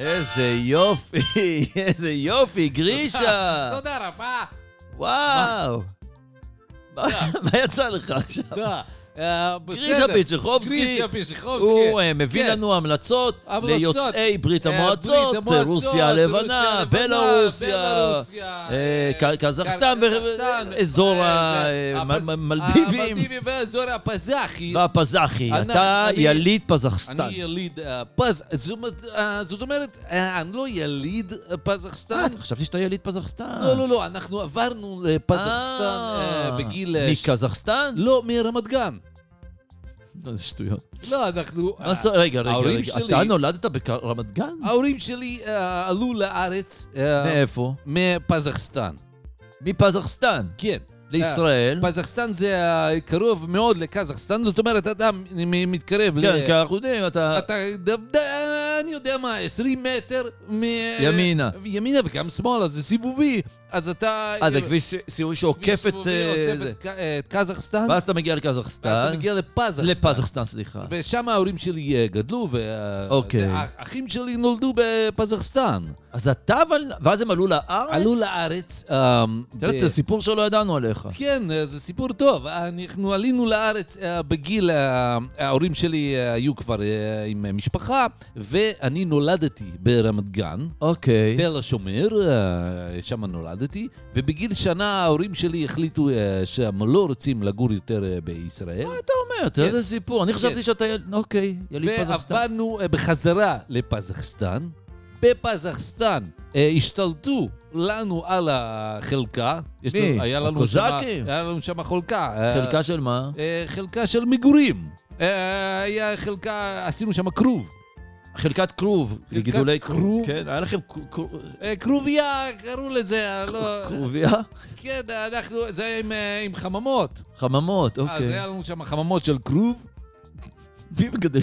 Speaker 2: איזה יופי, איזה יופי, גרישה.
Speaker 3: תודה רבה.
Speaker 2: וואו. מה מה יצא לך עכשיו?
Speaker 3: תודה. אה,
Speaker 2: גרישה
Speaker 3: בסדר.
Speaker 2: פיצ'חובסקי.
Speaker 3: גרישה פישחובסקי.
Speaker 2: הוא אה, מביא
Speaker 3: כן.
Speaker 2: לנו המלצות
Speaker 3: המלצות.
Speaker 2: ליוצאי ברית
Speaker 3: אה,
Speaker 2: המועצות,
Speaker 3: ברית המועצות,
Speaker 2: רוסיה
Speaker 3: רוסיה
Speaker 2: הלבנה,
Speaker 3: הלבנה,
Speaker 2: בלרוסיה,
Speaker 3: בלרוסיה,
Speaker 2: אה,
Speaker 3: אה,
Speaker 2: ק- קזחסטן, ו-
Speaker 3: קזחסטן,
Speaker 2: אזור
Speaker 3: אה,
Speaker 2: ה-
Speaker 3: ו-
Speaker 2: אה,
Speaker 3: הפז-
Speaker 2: מ- מ- מלדיבים.
Speaker 3: המלדיבים והאזור הפזחי.
Speaker 2: והפזחי.
Speaker 3: אני-
Speaker 2: אתה
Speaker 3: אני-
Speaker 2: יליד
Speaker 3: אני
Speaker 2: פזחסטן.
Speaker 3: יליד אה, פז... זאת אומרת, אה, זאת אומרת, אה, אני לא יליד אה,
Speaker 2: אה,
Speaker 3: פזחסטן.
Speaker 2: חשבתי שאתה יליד פזחסטן.
Speaker 3: לא, לא, לא, אנחנו עברנו לפזחסטן אה,
Speaker 2: אה,
Speaker 3: בגיל... אה, ש-
Speaker 2: מקזחסטן?
Speaker 3: לא, מרמת גן.
Speaker 2: לא, זה שטויות.
Speaker 3: לא, אנחנו...
Speaker 2: מה זאת- אה, רגע, רגע,
Speaker 3: ההורים
Speaker 2: רגע.
Speaker 3: שלי-
Speaker 2: אתה נולדת ברמת גן?
Speaker 3: ההורים שלי אה, עלו לארץ אה,
Speaker 2: מאיפה?
Speaker 3: מפזחסטן.
Speaker 2: מפזחסטן.
Speaker 3: כן.
Speaker 2: לישראל.
Speaker 3: אה, פזחסטן זה אה, קרוב מאוד לקזחסטן, זאת אומרת, אתה מ- מתקרב
Speaker 2: כן, כי אנחנו יודעים, אתה...
Speaker 3: אתה, ד- ד- אני יודע מה, 20 מטר מ...
Speaker 2: אה, ימינה.
Speaker 3: ימינה וגם שמאלה, זה סיבובי. אז אתה...
Speaker 2: אה, זה כביש סיבוב
Speaker 3: כביש
Speaker 2: שעוקף את...
Speaker 3: סיבובי,
Speaker 2: אה,
Speaker 3: עושה
Speaker 2: זה.
Speaker 3: את ק- אה, את קזחסטן,
Speaker 2: ואז אתה מגיע
Speaker 3: ואז
Speaker 2: לקזחסטן.
Speaker 3: אתה מגיע לפזחסטן.
Speaker 2: לפזחסטן, סליחה.
Speaker 3: ושם ההורים שלי אה, גדלו,
Speaker 2: אוקיי.
Speaker 3: והאחים שלי נולדו בפזחסטן.
Speaker 2: אז אתה אבל... ואז הם עלו לארץ?
Speaker 3: עלו לארץ... אה,
Speaker 2: תראה,
Speaker 3: ב-
Speaker 2: זה סיפור שלא ידענו עליך.
Speaker 3: כן, אה, זה סיפור טוב. אנחנו עלינו לארץ אה, בגיל, אה, ההורים שלי אה, היו כבר אה, עם משפחה, ואני נולדתי ברמת גן,
Speaker 2: אוקיי.
Speaker 3: תל השומר, אה, שם נולדתי, ובגיל שנה ההורים שלי החליטו אה, שהם לא רוצים לגור יותר אה, בישראל.
Speaker 2: מה אתה אומר? תראה איזה סיפור. אני חשבתי שאתה... יל- אוקיי, יליד פזחסטן.
Speaker 3: ועברנו אה, בחזרה לפזחסטן. בפזחסטן אה, השתלטו לנו על החלקה. יש
Speaker 2: מי?
Speaker 3: לנו- היה לנו שמה-
Speaker 2: הקוזאקים?
Speaker 3: היה לנו שם חלקה. אה,
Speaker 2: חלקה של מה?
Speaker 3: אה, חלקה של מגורים. אה, היה חלקה, עשינו שם כרוב.
Speaker 2: חלקת כרוב. לגידולי כרוב.
Speaker 3: כרוב.
Speaker 2: כן, היה לכם כ- כ-
Speaker 3: אה, כרובייה, קראו לזה, אה, לא...
Speaker 2: כרובייה?
Speaker 3: כן, אנחנו, זה היה עם, אה, עם חממות.
Speaker 2: חממות,
Speaker 3: אז אה, היה
Speaker 2: אוקיי.
Speaker 3: לנו שם חממות של כרוב.
Speaker 2: מי מגדל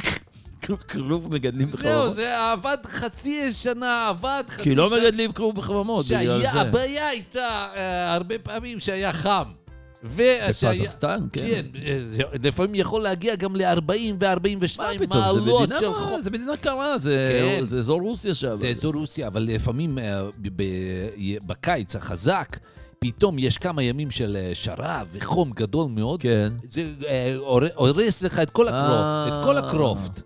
Speaker 2: כ- כרוב מגדלים
Speaker 3: זהו,
Speaker 2: בחממות?
Speaker 3: זה עבד חצי שנה, עבד חצי
Speaker 2: כי
Speaker 3: שנה.
Speaker 2: לא מגדלים כרוב בחממות, בגלל
Speaker 3: שהיה-
Speaker 2: זה.
Speaker 3: הבעיה הייתה אה, הרבה פעמים שהיה חם. ושהיה...
Speaker 2: בפזחסטן, כן.
Speaker 3: כן, אה, זה לפעמים יכול להגיע גם ל-40 ו-42
Speaker 2: מה פתאום, זה
Speaker 3: מעלות
Speaker 2: מדינה,
Speaker 3: של
Speaker 2: מה?
Speaker 3: חום.
Speaker 2: זה מדינה קרה, זה
Speaker 3: כן.
Speaker 2: זה אזור רוסיה שם.
Speaker 3: זה אזור רוסיה, אבל לפעמים אה, ב- ב- בקיץ החזק, פתאום יש כמה ימים של אה, שרב וחום גדול מאוד.
Speaker 2: כן.
Speaker 3: זה אה, הור- הורס לך את כל הקרופט,
Speaker 2: אה.
Speaker 3: את כל הקרופט.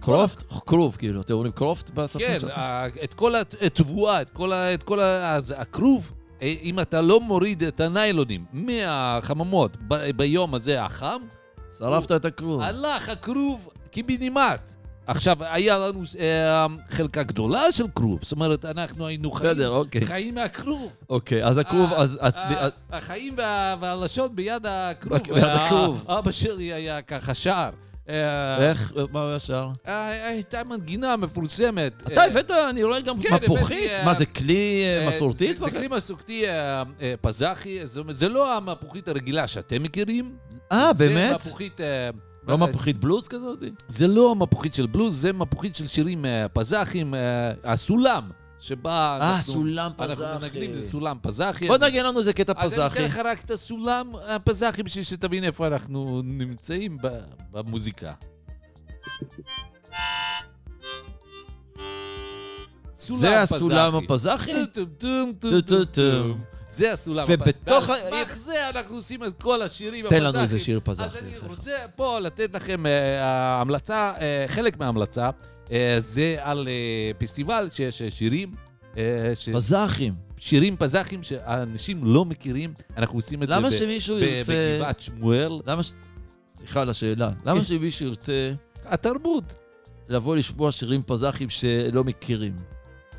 Speaker 2: קרופט? כרוב, כאילו, אתם אומרים קרופט בשפה
Speaker 3: כן,
Speaker 2: שלך?
Speaker 3: ה- את כל התבואה, את כל ה- את כל ה- אז הכרוב. אה, אם אתה לא מוריד את הניילונים מהחממות ב- ביום הזה החם,
Speaker 2: שרפת את הכרוב.
Speaker 3: אה, הלך הכרוב קיבינימט. עכשיו, היה לנו אה, חלקה גדולה של כרוב, זאת אומרת, אנחנו היינו חיים,
Speaker 2: בסדר, אוקיי.
Speaker 3: חיים אה, מהכרוב.
Speaker 2: אוקיי, אז הכרוב,
Speaker 3: ה-
Speaker 2: אז... אז-
Speaker 3: ה-
Speaker 2: אז-
Speaker 3: החיים וה- והלשון ביד הכרוב.
Speaker 2: ביד הכרוב.
Speaker 3: אה, אבא שלי היה ככה שר. אה,
Speaker 2: איך, מה הוא ישר?
Speaker 3: אה, הייתה מנגינה מפורסמת.
Speaker 2: אתה
Speaker 3: אה,
Speaker 2: הבאת, אני רואה גם
Speaker 3: כן,
Speaker 2: מפוחית.
Speaker 3: הבאתי,
Speaker 2: מה,
Speaker 3: אה,
Speaker 2: זה כלי אה,
Speaker 3: אה,
Speaker 2: מסורתי
Speaker 3: זה-
Speaker 2: אצלכם?
Speaker 3: זה כלי מסורתי אה, אה, פזחי, זאת אומרת, זה לא המפוחית הרגילה שאתם מכירים.
Speaker 2: אה,
Speaker 3: זה
Speaker 2: באמת?
Speaker 3: מפוחית, אה,
Speaker 2: לא
Speaker 3: אה,
Speaker 2: מפוחית בלוז כזאת?
Speaker 3: זה לא המפוחית של בלוז, זה מפוחית של שירים אה, פזחים, אה, הסולם, שבה
Speaker 2: אה,
Speaker 3: אנחנו-
Speaker 2: סולם
Speaker 3: אנחנו מנגנים, זה
Speaker 2: פזחי.
Speaker 3: סולם פזחי.
Speaker 2: בוא נגן לנו איזה קטע
Speaker 3: אז אני
Speaker 2: פזחי.
Speaker 3: אתן לך רק את הסולם הפזחי בשביל שתבין איפה אנחנו נמצאים ב- במוזיקה. סולם
Speaker 2: זה הסולם
Speaker 3: פזחי.
Speaker 2: הפזחי?
Speaker 3: טום טום טום
Speaker 2: טום
Speaker 3: טום
Speaker 2: טום
Speaker 3: טום זה הסולם.
Speaker 2: ובתוך ה-
Speaker 3: ועל סמך זה אנחנו עושים את כל השירים
Speaker 2: תן לנו
Speaker 3: הפזחיים.
Speaker 2: איזה שיר פזחי,
Speaker 3: לא, אז אני
Speaker 2: אחד.
Speaker 3: רוצה פה לתת לכם אה, המלצה, אה, חלק מההמלצה, אה, זה על אה, פסטיבל שיש אה, שירים. אה, ש-
Speaker 2: מזרחים.
Speaker 3: שירים פזחים שאנשים לא מכירים, אנחנו עושים את זה
Speaker 2: למה
Speaker 3: ב-
Speaker 2: שמישהו
Speaker 3: ב-
Speaker 2: ירצה...
Speaker 3: בגבעת שמואל.
Speaker 2: למה ש... סליחה על השאלה. למה שמישהו ירצה
Speaker 3: התרבות.
Speaker 2: לבוא לשמוע שירים פזחים שלא מכירים?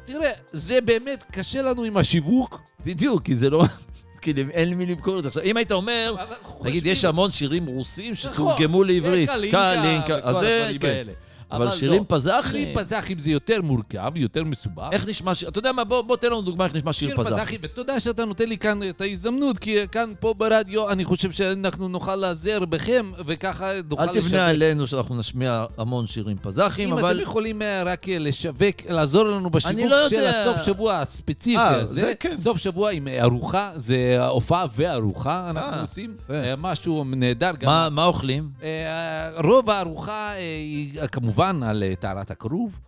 Speaker 3: תראה, זה באמת קשה לנו עם השיווק.
Speaker 2: בדיוק, כי זה לא... כאילו, אין למי למכור את זה. עכשיו, אם היית אומר,
Speaker 3: אבל אנחנו
Speaker 2: נגיד,
Speaker 3: חושבים-
Speaker 2: יש המון שירים רוסים
Speaker 3: נכון,
Speaker 2: שתורגמו לעברית.
Speaker 3: קלינקה
Speaker 2: קלינקה, אז
Speaker 3: וכל
Speaker 2: זה,
Speaker 3: הדברים
Speaker 2: כן.
Speaker 3: האלה.
Speaker 2: אבל
Speaker 3: לא,
Speaker 2: שירים
Speaker 3: שירים
Speaker 2: פזחים...
Speaker 3: פזחים זה יותר מורכב, יותר מסובך.
Speaker 2: אה, איך נשמע שיר? אתה יודע מה, בוא בוא תן לנו דוגמה איך נשמע שיר פזח.
Speaker 3: ותודה שאתה נותן לי כאן את ההזדמנות, כי כאן פה ברדיו אני חושב שאנחנו נוכל להיעזר בכם, וככה נוכל
Speaker 2: אל תבנה עלינו שאנחנו נשמיע המון שירים פזחים,
Speaker 3: אם
Speaker 2: אבל...
Speaker 3: אתם יכולים אה, רק אה, לשווק, לעזור לנו בשיווק
Speaker 2: אני לא
Speaker 3: של
Speaker 2: יודע.
Speaker 3: הסוף שבוע הספציפי
Speaker 2: אה,
Speaker 3: הזה.
Speaker 2: זה כן.
Speaker 3: סוף שבוע עם אה, ארוחה, זה הופעה וארוחה אנחנו
Speaker 2: אה,
Speaker 3: עושים.
Speaker 2: יפה.
Speaker 3: אה, משהו נהדר גם.
Speaker 2: מה- מה אוכלים?
Speaker 3: אה, רוב הארוחה אה, היא אה, כמובן על אה, טהרת הכרוב.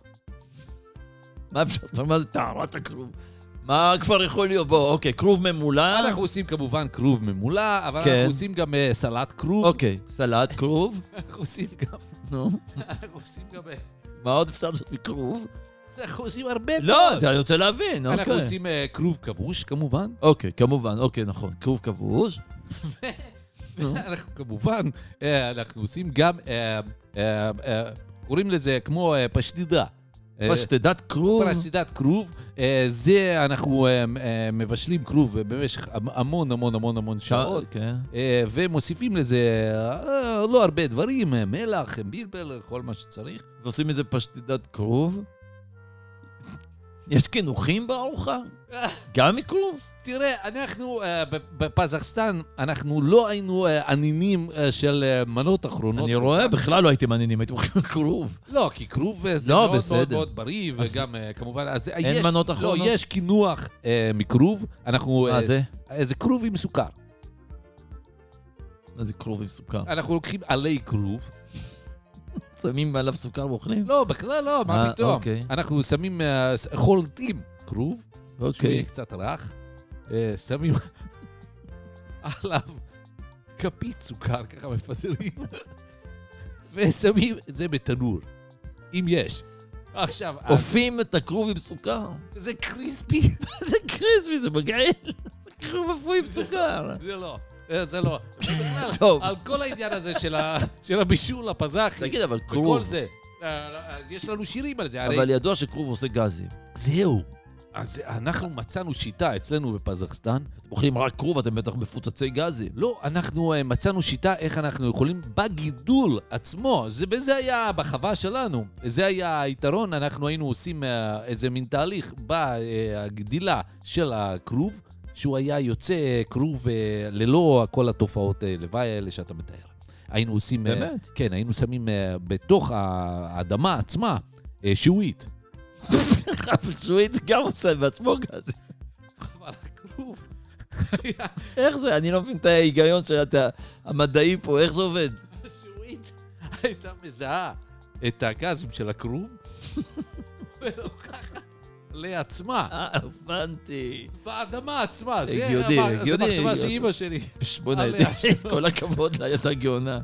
Speaker 2: מה אפשר? מה זה טהרת הכרוב? מה כבר יכול להיות? בוא, אוקיי, כרוב ממולא.
Speaker 3: אנחנו עושים כמובן כרוב ממולא, אבל
Speaker 2: כן.
Speaker 3: אנחנו עושים גם אה, סלט כרוב.
Speaker 2: אוקיי, סלט כרוב.
Speaker 3: אנחנו עושים גם...
Speaker 2: נו,
Speaker 3: אנחנו עושים גם... אה,
Speaker 2: מה עוד אפשר לעשות מכרוב?
Speaker 3: אנחנו עושים הרבה
Speaker 2: לא, אתה- אני רוצה להבין,
Speaker 3: אה, אנחנו
Speaker 2: אוקיי.
Speaker 3: עושים אה, כרוב כבוש כמובן.
Speaker 2: אוקיי, כמובן, אוקיי, נכון. כרוב כבוש.
Speaker 3: אה, אנחנו כמובן, אה, אנחנו עושים גם, אה, אה, אה, קוראים לזה כמו אה, פשטידה. אה,
Speaker 2: פשטדת כרוב.
Speaker 3: פשטידת כרוב. אה, זה, אנחנו אה, אה, מבשלים כרוב אה, במשך המ- המון המון המון המון שעות.
Speaker 2: כן.
Speaker 3: אה, ומוסיפים לזה אה, לא הרבה דברים, אה, מלח, בלבל, כל מה שצריך.
Speaker 2: ועושים מזה פשטידת כרוב. יש קינוחים בארוחה?
Speaker 3: אה.
Speaker 2: גם מכרוב?
Speaker 3: תראה, אנחנו אה, ב- בפזחסטן, אנחנו לא היינו אה, ענינים אה, של אה, מנות אחרונות.
Speaker 2: אני רואה, בכלל לא הייתם מעניינים, הייתם אוכלים כרוב.
Speaker 3: לא, כי כרוב אה, זה
Speaker 2: לא,
Speaker 3: מאוד
Speaker 2: בסדר.
Speaker 3: מאוד מאוד בריא,
Speaker 2: אז-
Speaker 3: וגם אה, כמובן... אז אה,
Speaker 2: אין
Speaker 3: יש-
Speaker 2: מנות
Speaker 3: לא,
Speaker 2: אחרונות?
Speaker 3: יש קינוח אה, מכרוב. אנחנו... אה,
Speaker 2: מה זה?
Speaker 3: אה, זה כרוב עם סוכר.
Speaker 2: מה זה כרוב עם סוכר?
Speaker 3: אנחנו לוקחים עלי כרוב.
Speaker 2: שמים עליו סוכר ואוכלים?
Speaker 3: לא, בכלל לא, מה
Speaker 2: אה,
Speaker 3: פתאום.
Speaker 2: אוקיי.
Speaker 3: אנחנו שמים... אה, ס- חולטים כרוב, שהוא
Speaker 2: אוקיי.
Speaker 3: יהיה קצת רך. אה, שמים עליו כפית סוכר, ככה מפזרים. ושמים את זה בתנור, אם יש. עכשיו, אה,
Speaker 2: עופים את הכרוב עם סוכר.
Speaker 3: זה קריספי.
Speaker 2: זה קריספי, זה מגעיל. זה כרוב אפוי עם סוכר.
Speaker 3: זה לא, אה, זה לא. בכלל,
Speaker 2: טוב.
Speaker 3: על כל העניין הזה של ה- של הבישול, הפזחי,
Speaker 2: תגיד, אבל
Speaker 3: וכל
Speaker 2: כרוב.
Speaker 3: זה. אה, אז יש לנו שירים על זה, הרי...
Speaker 2: אבל ידוע שכרוב עושה גזים.
Speaker 3: זהו. אז אנחנו מצאנו שיטה אצלנו בפזחסטן.
Speaker 2: אתם אוכלים רק כרוב, אתם בטח מפוצצי גזים.
Speaker 3: לא, אנחנו אה, מצאנו שיטה איך אנחנו יכולים בגידול עצמו. זה, וזה היה בחווה שלנו. זה היה היתרון, אנחנו היינו עושים אה, איזה מין תהליך בגדילה של הכרוב, שהוא היה יוצא אה, כרוב אה, ללא כל התופעות אה, לוואי האלה שאתה מתאר. היינו עושים... אה,
Speaker 2: באמת?
Speaker 3: כן, היינו שמים אה, בתוך האדמה עצמה אה, שיעועית.
Speaker 2: אבל שוויץ גם עושה בעצמו גזים.
Speaker 3: אבל הכרוב...
Speaker 2: איך זה? אני לא מבין את ההיגיון של הת- המדעי פה, איך זה עובד?
Speaker 3: השעועית הייתה מזהה את הגזים של הכרוב ולוקחת לעצמה,
Speaker 2: אה, הבנתי.
Speaker 3: באדמה עצמה. זה
Speaker 2: הגיוני,
Speaker 3: המ- זו
Speaker 2: הגיוני,
Speaker 3: מחשבה
Speaker 2: הגיוני.
Speaker 3: של אימא שלי.
Speaker 2: פש, בוא
Speaker 3: עליה
Speaker 2: נדע,
Speaker 3: השלום.
Speaker 2: כל הכבוד לה, היא הייתה גאונה.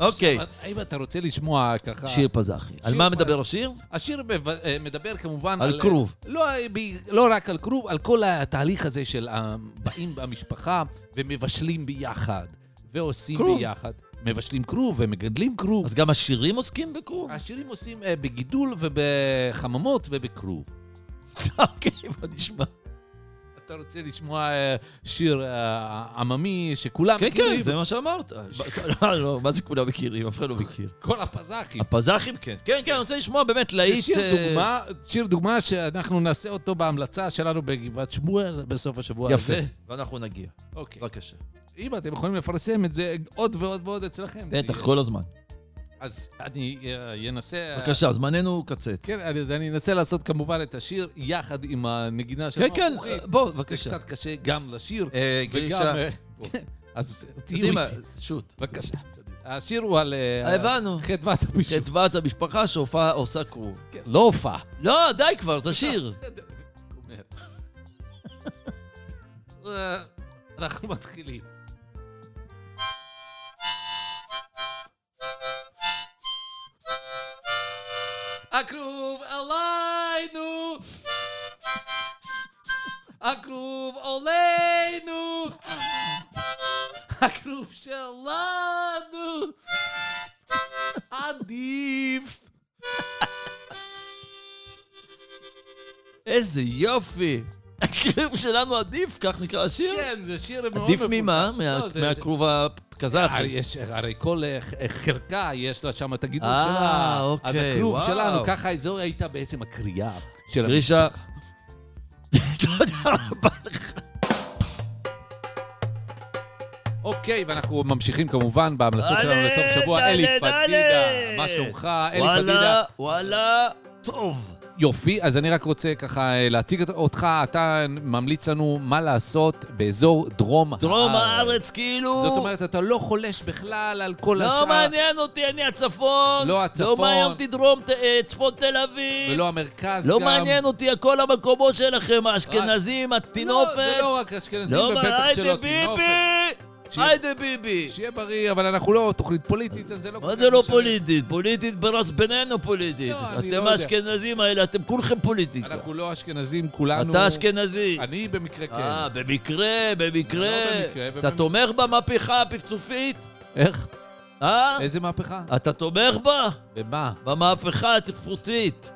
Speaker 2: אוקיי,
Speaker 3: עכשיו, אם אתה רוצה לשמוע ככה...
Speaker 2: שיר פזחי. על
Speaker 3: שיר
Speaker 2: מה
Speaker 3: פז-
Speaker 2: מדבר השיר?
Speaker 3: השיר מב- אה, מדבר כמובן
Speaker 2: על כרוב.
Speaker 3: לא, ב- לא רק על כרוב, על כל התהליך הזה של ה- באים במשפחה ומבשלים ביחד, ועושים
Speaker 2: כרוב.
Speaker 3: ביחד. מבשלים כרוב ומגדלים כרוב.
Speaker 2: אז גם השירים עוסקים בכרוב?
Speaker 3: העשירים עושים אה, בגידול ובחממות ובכרוב. אה,
Speaker 2: אוקיי, בוא נשמע.
Speaker 3: אתה רוצה לשמוע אה, שיר אה, עממי שכולם
Speaker 2: כן,
Speaker 3: מכירים? אה,
Speaker 2: כן, זה מה שאמרת. לא, לא, מה זה כולם מכירים? אף אחד לא מכיר.
Speaker 3: כל הפזחים.
Speaker 2: הפזחים כן. כן, כן, אני רוצה לשמוע באמת
Speaker 3: אה, זה
Speaker 2: להיט...
Speaker 3: שיר
Speaker 2: אה,
Speaker 3: דוגמה, שיר דוגמה שאנחנו נעשה אותו בהמלצה שלנו בגבעת שמואל בסוף השבוע
Speaker 2: יפה.
Speaker 3: הזה.
Speaker 2: ואנחנו נגיע.
Speaker 3: אוקיי.
Speaker 2: בבקשה.
Speaker 3: אם אתם יכולים לפרסם את זה עוד ועוד ועוד אצלכם.
Speaker 2: בטח, כל הזמן.
Speaker 3: אה, אז אני אה, אנסה...
Speaker 2: בבקשה, זמננו קצץ.
Speaker 3: כן, אז אני אנסה לעשות כמובן את השיר יחד עם הנגינה של
Speaker 2: כן, כן,
Speaker 3: המפוחית.
Speaker 2: בוא,
Speaker 3: זה
Speaker 2: בבקשה.
Speaker 3: קצת קשה גם לשיר.
Speaker 2: אה,
Speaker 3: וגם...
Speaker 2: גלישה.
Speaker 3: אה, כן. אז תהיו
Speaker 2: קדימה,
Speaker 3: איתי.
Speaker 2: שוט.
Speaker 3: בבקשה. השיר הוא על... אה,
Speaker 2: הבנו.
Speaker 3: חדוות הבישול.
Speaker 2: חטבת המשפחה שהופעה עושה כרוב.
Speaker 3: כן, לא הופעה. אה,
Speaker 2: לא, די כבר, תשיר.
Speaker 3: בסדר. אומר. אה, אנחנו מתחילים. הכרוב עלינו! הכרוב עלינו! הכרוב שלנו! עדיף!
Speaker 2: איזה יופי. הכלוב שלנו עדיף, כך נקרא השיר?
Speaker 3: כן, זה שיר מאוד
Speaker 2: עדיף
Speaker 3: מפורסם.
Speaker 2: ממה? מה-
Speaker 3: לא, זה- זה- אה,
Speaker 2: מהכרוב הקזחי.
Speaker 3: הרי יש, הרי כל אה, ח- אה, חרכה יש לה שם את הגידול
Speaker 2: אה,
Speaker 3: שלה. אז
Speaker 2: אוקיי,
Speaker 3: הכלוב
Speaker 2: וואו.
Speaker 3: שלנו, ככה זו הייתה בעצם הקריאה של...
Speaker 2: גרישה. תודה רבה לך.
Speaker 3: אוקיי, ואנחנו ממשיכים כמובן בהמלצות שלנו
Speaker 2: דלה,
Speaker 3: לסוף שבוע.
Speaker 2: דלה,
Speaker 3: אלי
Speaker 2: דלה.
Speaker 3: פדידה, מה שלומך? אלי פדידה. אה.
Speaker 2: וואלה, וואלה, טוב.
Speaker 3: יופי, אז אני רק רוצה ככה אה, להציג את- אותך. אתה ממליץ לנו מה לעשות באזור דרום הארץ.
Speaker 2: דרום הארץ כאילו...
Speaker 3: זאת אומרת, אתה לא חולש בכלל על כל השאר.
Speaker 2: לא מעניין אותי, אני הצפון.
Speaker 3: לא הצפון.
Speaker 2: לא מעניין אותי דרום, ת- אה, צפון תל אביב.
Speaker 3: ולא המרכז
Speaker 2: לא
Speaker 3: גם.
Speaker 2: מעניין אותי כל המקומות שלכם, האשכנזים,
Speaker 3: לא, זה
Speaker 2: הטינופת.
Speaker 3: לא רק אשכנזים,
Speaker 2: לא
Speaker 3: ובטח
Speaker 2: מעניין,
Speaker 3: שלא
Speaker 2: היידה
Speaker 3: טינופת.
Speaker 2: ביבי!
Speaker 3: שיר.
Speaker 2: היידה ביבי!
Speaker 3: שיהיה בריא, אבל אנחנו לא תוכנית פוליטית, אז זה לא...
Speaker 2: מה
Speaker 3: כל
Speaker 2: זה
Speaker 3: כך
Speaker 2: לא
Speaker 3: משנה.
Speaker 2: פוליטית? פוליטית ברס בינינו פוליטית.
Speaker 3: לא, אני לא
Speaker 2: אתם
Speaker 3: יודע.
Speaker 2: האשכנזים האלה, אתם כולכם פוליטיקה.
Speaker 3: אנחנו לא אשכנזים, כולנו...
Speaker 2: אתה אשכנזי.
Speaker 3: אני במקרה
Speaker 2: אה,
Speaker 3: כן.
Speaker 2: במקרה, במקרה.
Speaker 3: לא במקרה,
Speaker 2: אתה
Speaker 3: במ-
Speaker 2: תומך במהפכה הפצופית?
Speaker 3: איך?
Speaker 2: אה?
Speaker 3: איזה מהפכה?
Speaker 2: אתה תומך בה?
Speaker 3: במה?
Speaker 2: במהפכה התרבותית.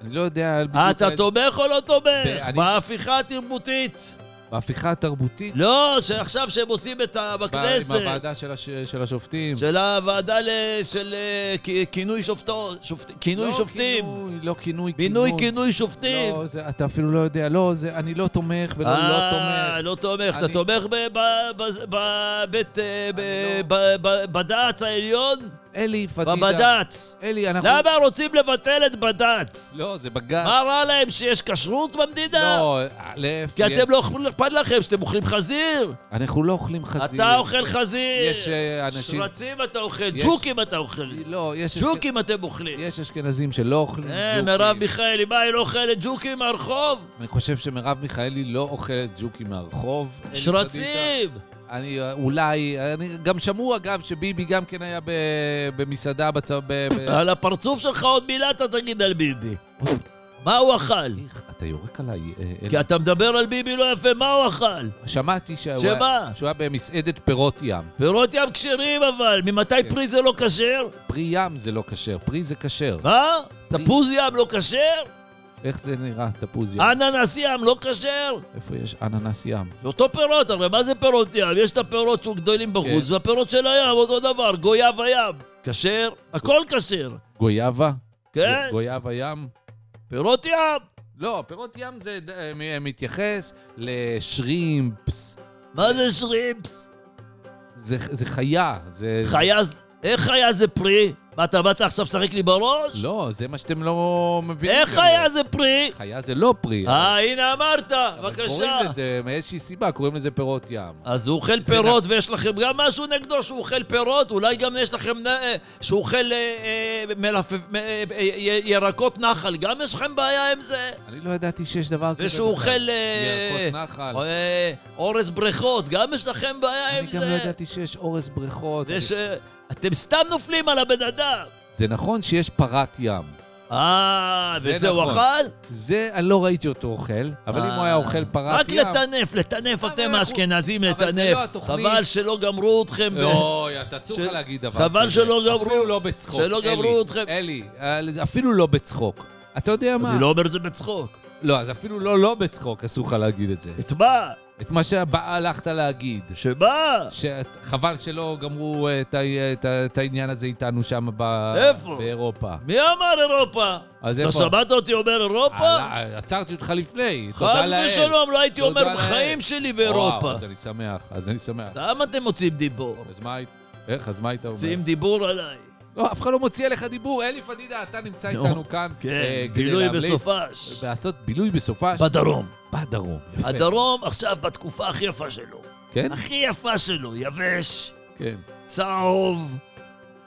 Speaker 3: אני לא יודע...
Speaker 2: אה,
Speaker 3: בדיוק
Speaker 2: אתה
Speaker 3: איזה-
Speaker 2: תומך או לא תומך?
Speaker 3: אני-
Speaker 2: בהפיכה התרבותית.
Speaker 3: בהפיכה התרבותית?
Speaker 2: לא, שעכשיו שהם עושים את ה...
Speaker 3: ב- עם
Speaker 2: בכנסת.
Speaker 3: הוועדה של הש- של השופטים. לא
Speaker 2: של הוועדה ל- של אה, כ- כינוי שופטו- שופט- כינוי
Speaker 3: לא
Speaker 2: שופטים.
Speaker 3: כינוי, לא כינוי,
Speaker 2: בינוי כינוי שופטים.
Speaker 3: לא, זה- אתה אפילו לא יודע. לא, זה- אני לא תומך ולא לא
Speaker 2: אה,
Speaker 3: תומך.
Speaker 2: לא תומך. אתה
Speaker 3: אני-
Speaker 2: תומך ב- ב- ב- בבית... אה, ב-
Speaker 3: אני לא-
Speaker 2: ב- ב- בד"ץ העליון?
Speaker 3: אלי פדידה.
Speaker 2: בבד"ץ.
Speaker 3: אלי, אנחנו...
Speaker 2: למה רוצים לבטל את בד"ץ?
Speaker 3: לא, זה בג"ץ.
Speaker 2: מה רע להם שיש כשרות במדינה?
Speaker 3: לא, להפך.
Speaker 2: כי אתם לא אוכלים, אכפת לכם שאתם אוכלים חזיר?
Speaker 3: אנחנו לא אוכלים חזיר.
Speaker 2: אתה אוכל חזיר.
Speaker 3: יש אה, אנשים...
Speaker 2: שרצים אתה אוכל,
Speaker 3: יש-
Speaker 2: צ'וקים אתה אוכל.
Speaker 3: לא, יש... אשכ-
Speaker 2: צ'וקים אתם אוכלים.
Speaker 3: יש אשכנזים שלא אוכלים
Speaker 2: אה,
Speaker 3: ג'וקים.
Speaker 2: מרב מיכאלי, מה, היא לא אוכלת ג'וקים מהרחוב?
Speaker 3: אני חושב שמרב מיכאלי לא אוכלת ג'וקים מהרחוב. אין לי פדידה.
Speaker 2: שרצים!
Speaker 3: אני אה, אולי... אני, גם שמעו, אגב, שביבי גם כן היה ב, במסעדה בצ... ב, ב...
Speaker 2: על הפרצוף שלך עוד מילה אתה תגיד על ביבי. מה הוא אכל?
Speaker 3: איך, אתה יורק עליי, אה, אלי.
Speaker 2: כי אתה מדבר על ביבי לא יפה, מה הוא אכל?
Speaker 3: שמעתי שהוא,
Speaker 2: שמה?
Speaker 3: היה, שהוא היה במסעדת פירות ים.
Speaker 2: פירות ים כשרים אבל, ממתי
Speaker 3: כן.
Speaker 2: פרי זה לא כשר?
Speaker 3: פרי ים זה לא כשר, פרי זה כשר.
Speaker 2: מה? תפוז ים לא כשר?
Speaker 3: איך זה נראה, תפוז ים?
Speaker 2: אננס ים לא כשר?
Speaker 3: איפה יש אננס ים?
Speaker 2: זה אותו פירות, הרי מה זה פירות ים? יש את הפירות שהוא גדולים בחוץ,
Speaker 3: כן.
Speaker 2: והפירות של הים אותו דבר, גויאב הים. כשר? הכל כשר,
Speaker 3: גויאבה?
Speaker 2: כן?
Speaker 3: גויאבה ים?
Speaker 2: פירות ים.
Speaker 3: לא, פירות ים זה ד- אה, מ- מתייחס לשרימפס,
Speaker 2: מה זה שרימפס?
Speaker 3: זה, זה חיה, זה...
Speaker 2: חיה, זה- איך חיה זה פרי? מה, אתה באת עכשיו לשחק לי בראש?
Speaker 3: לא, זה מה שאתם לא מבינים.
Speaker 2: איך
Speaker 3: כנראה.
Speaker 2: חיה זה פרי?
Speaker 3: חיה זה לא פרי. אבל-
Speaker 2: אה, הנה אמרת,
Speaker 3: אבל
Speaker 2: בבקשה. אה.
Speaker 3: קוראים לזה, מאיזושהי סיבה, קוראים לזה פירות ים.
Speaker 2: אז הוא אוכל
Speaker 3: זה
Speaker 2: פירות ויש לכם גם משהו נגדו שהוא אוכל פירות? אולי גם יש לכם נ- אה, שהוא אוכל אה, אה, מלפפ- אה, אה, י- ירקות נחל, גם יש לכם בעיה עם זה?
Speaker 3: אני לא ידעתי שיש דבר כזה.
Speaker 2: ושהוא
Speaker 3: בכלל.
Speaker 2: אוכל אה,
Speaker 3: ירקות נחל.
Speaker 2: אה, אורז בריכות, גם יש לכם בעיה עם
Speaker 3: אני גם לא
Speaker 2: זה?
Speaker 3: ידעתי שיש אורז בריכות.
Speaker 2: וש- אתם סתם נופלים על הבן אדם.
Speaker 3: זה נכון שיש פרת ים.
Speaker 2: אה,
Speaker 3: זה
Speaker 2: ואת זה הוא
Speaker 3: נכון.
Speaker 2: אכל?
Speaker 3: זה, אני לא ראיתי אותו אוכל, אבל אם הוא היה אוכל
Speaker 2: אה. רק
Speaker 3: פרת ים...
Speaker 2: לטנף, לטנף,
Speaker 3: אבל
Speaker 2: אתם
Speaker 3: אנחנו-
Speaker 2: האשכנזים
Speaker 3: אבל זה
Speaker 2: לטנף.
Speaker 3: לא התוכנית.
Speaker 2: חבל שלא גמרו אתכם. ב-
Speaker 3: אוי, אתה אסור לא, לך
Speaker 2: של-
Speaker 3: להגיד דבר
Speaker 2: חבל
Speaker 3: כזה.
Speaker 2: שלא גמרו-
Speaker 3: אפילו לא בצחוק.
Speaker 2: שלא
Speaker 3: אלי,
Speaker 2: גמרו אתכם.
Speaker 3: אלי, אה, אפילו לא בצחוק. אתה יודע מה?
Speaker 2: אני לא אומר את זה בצחוק.
Speaker 3: לא, אז אפילו לא לא בצחוק אסור לך להגיד את זה.
Speaker 2: את מה?
Speaker 3: את מה שהבאה הלכת להגיד.
Speaker 2: שמה?
Speaker 3: שחבל שלא גמרו אה, את ה- את ה- את העניין הזה איתנו שם ב-
Speaker 2: איפה?
Speaker 3: באירופה.
Speaker 2: מי אמר אירופה?
Speaker 3: אז
Speaker 2: אתה
Speaker 3: איפה?
Speaker 2: שמעת אותי אומר אירופה?
Speaker 3: אה, עצרתי אותך לפני, תודה
Speaker 2: חס
Speaker 3: לאל.
Speaker 2: ושלום, לא הייתי
Speaker 3: תודה
Speaker 2: אומר
Speaker 3: לאל.
Speaker 2: בחיים שלי באירופה.
Speaker 3: וואו, אז אני שמח, אז אני שמח.
Speaker 2: למה אתם מוציאים דיבור?
Speaker 3: אז מה היית? איך? אז מה היית אומר?
Speaker 2: מוציאים דיבור עליי.
Speaker 3: לא, אף אחד לא מוציא עליך דיבור. אלי פדידה, אתה נמצא
Speaker 2: נו,
Speaker 3: איתנו כאן. אה,
Speaker 2: כן,
Speaker 3: כדי
Speaker 2: בילוי
Speaker 3: להמליץ.
Speaker 2: בסופש.
Speaker 3: לעשות בילוי בסופש.
Speaker 2: בדרום.
Speaker 3: בדרום, יפה.
Speaker 2: הדרום עכשיו בתקופה הכי יפה שלו.
Speaker 3: כן?
Speaker 2: הכי יפה שלו, יבש,
Speaker 3: כן.
Speaker 2: צהוב,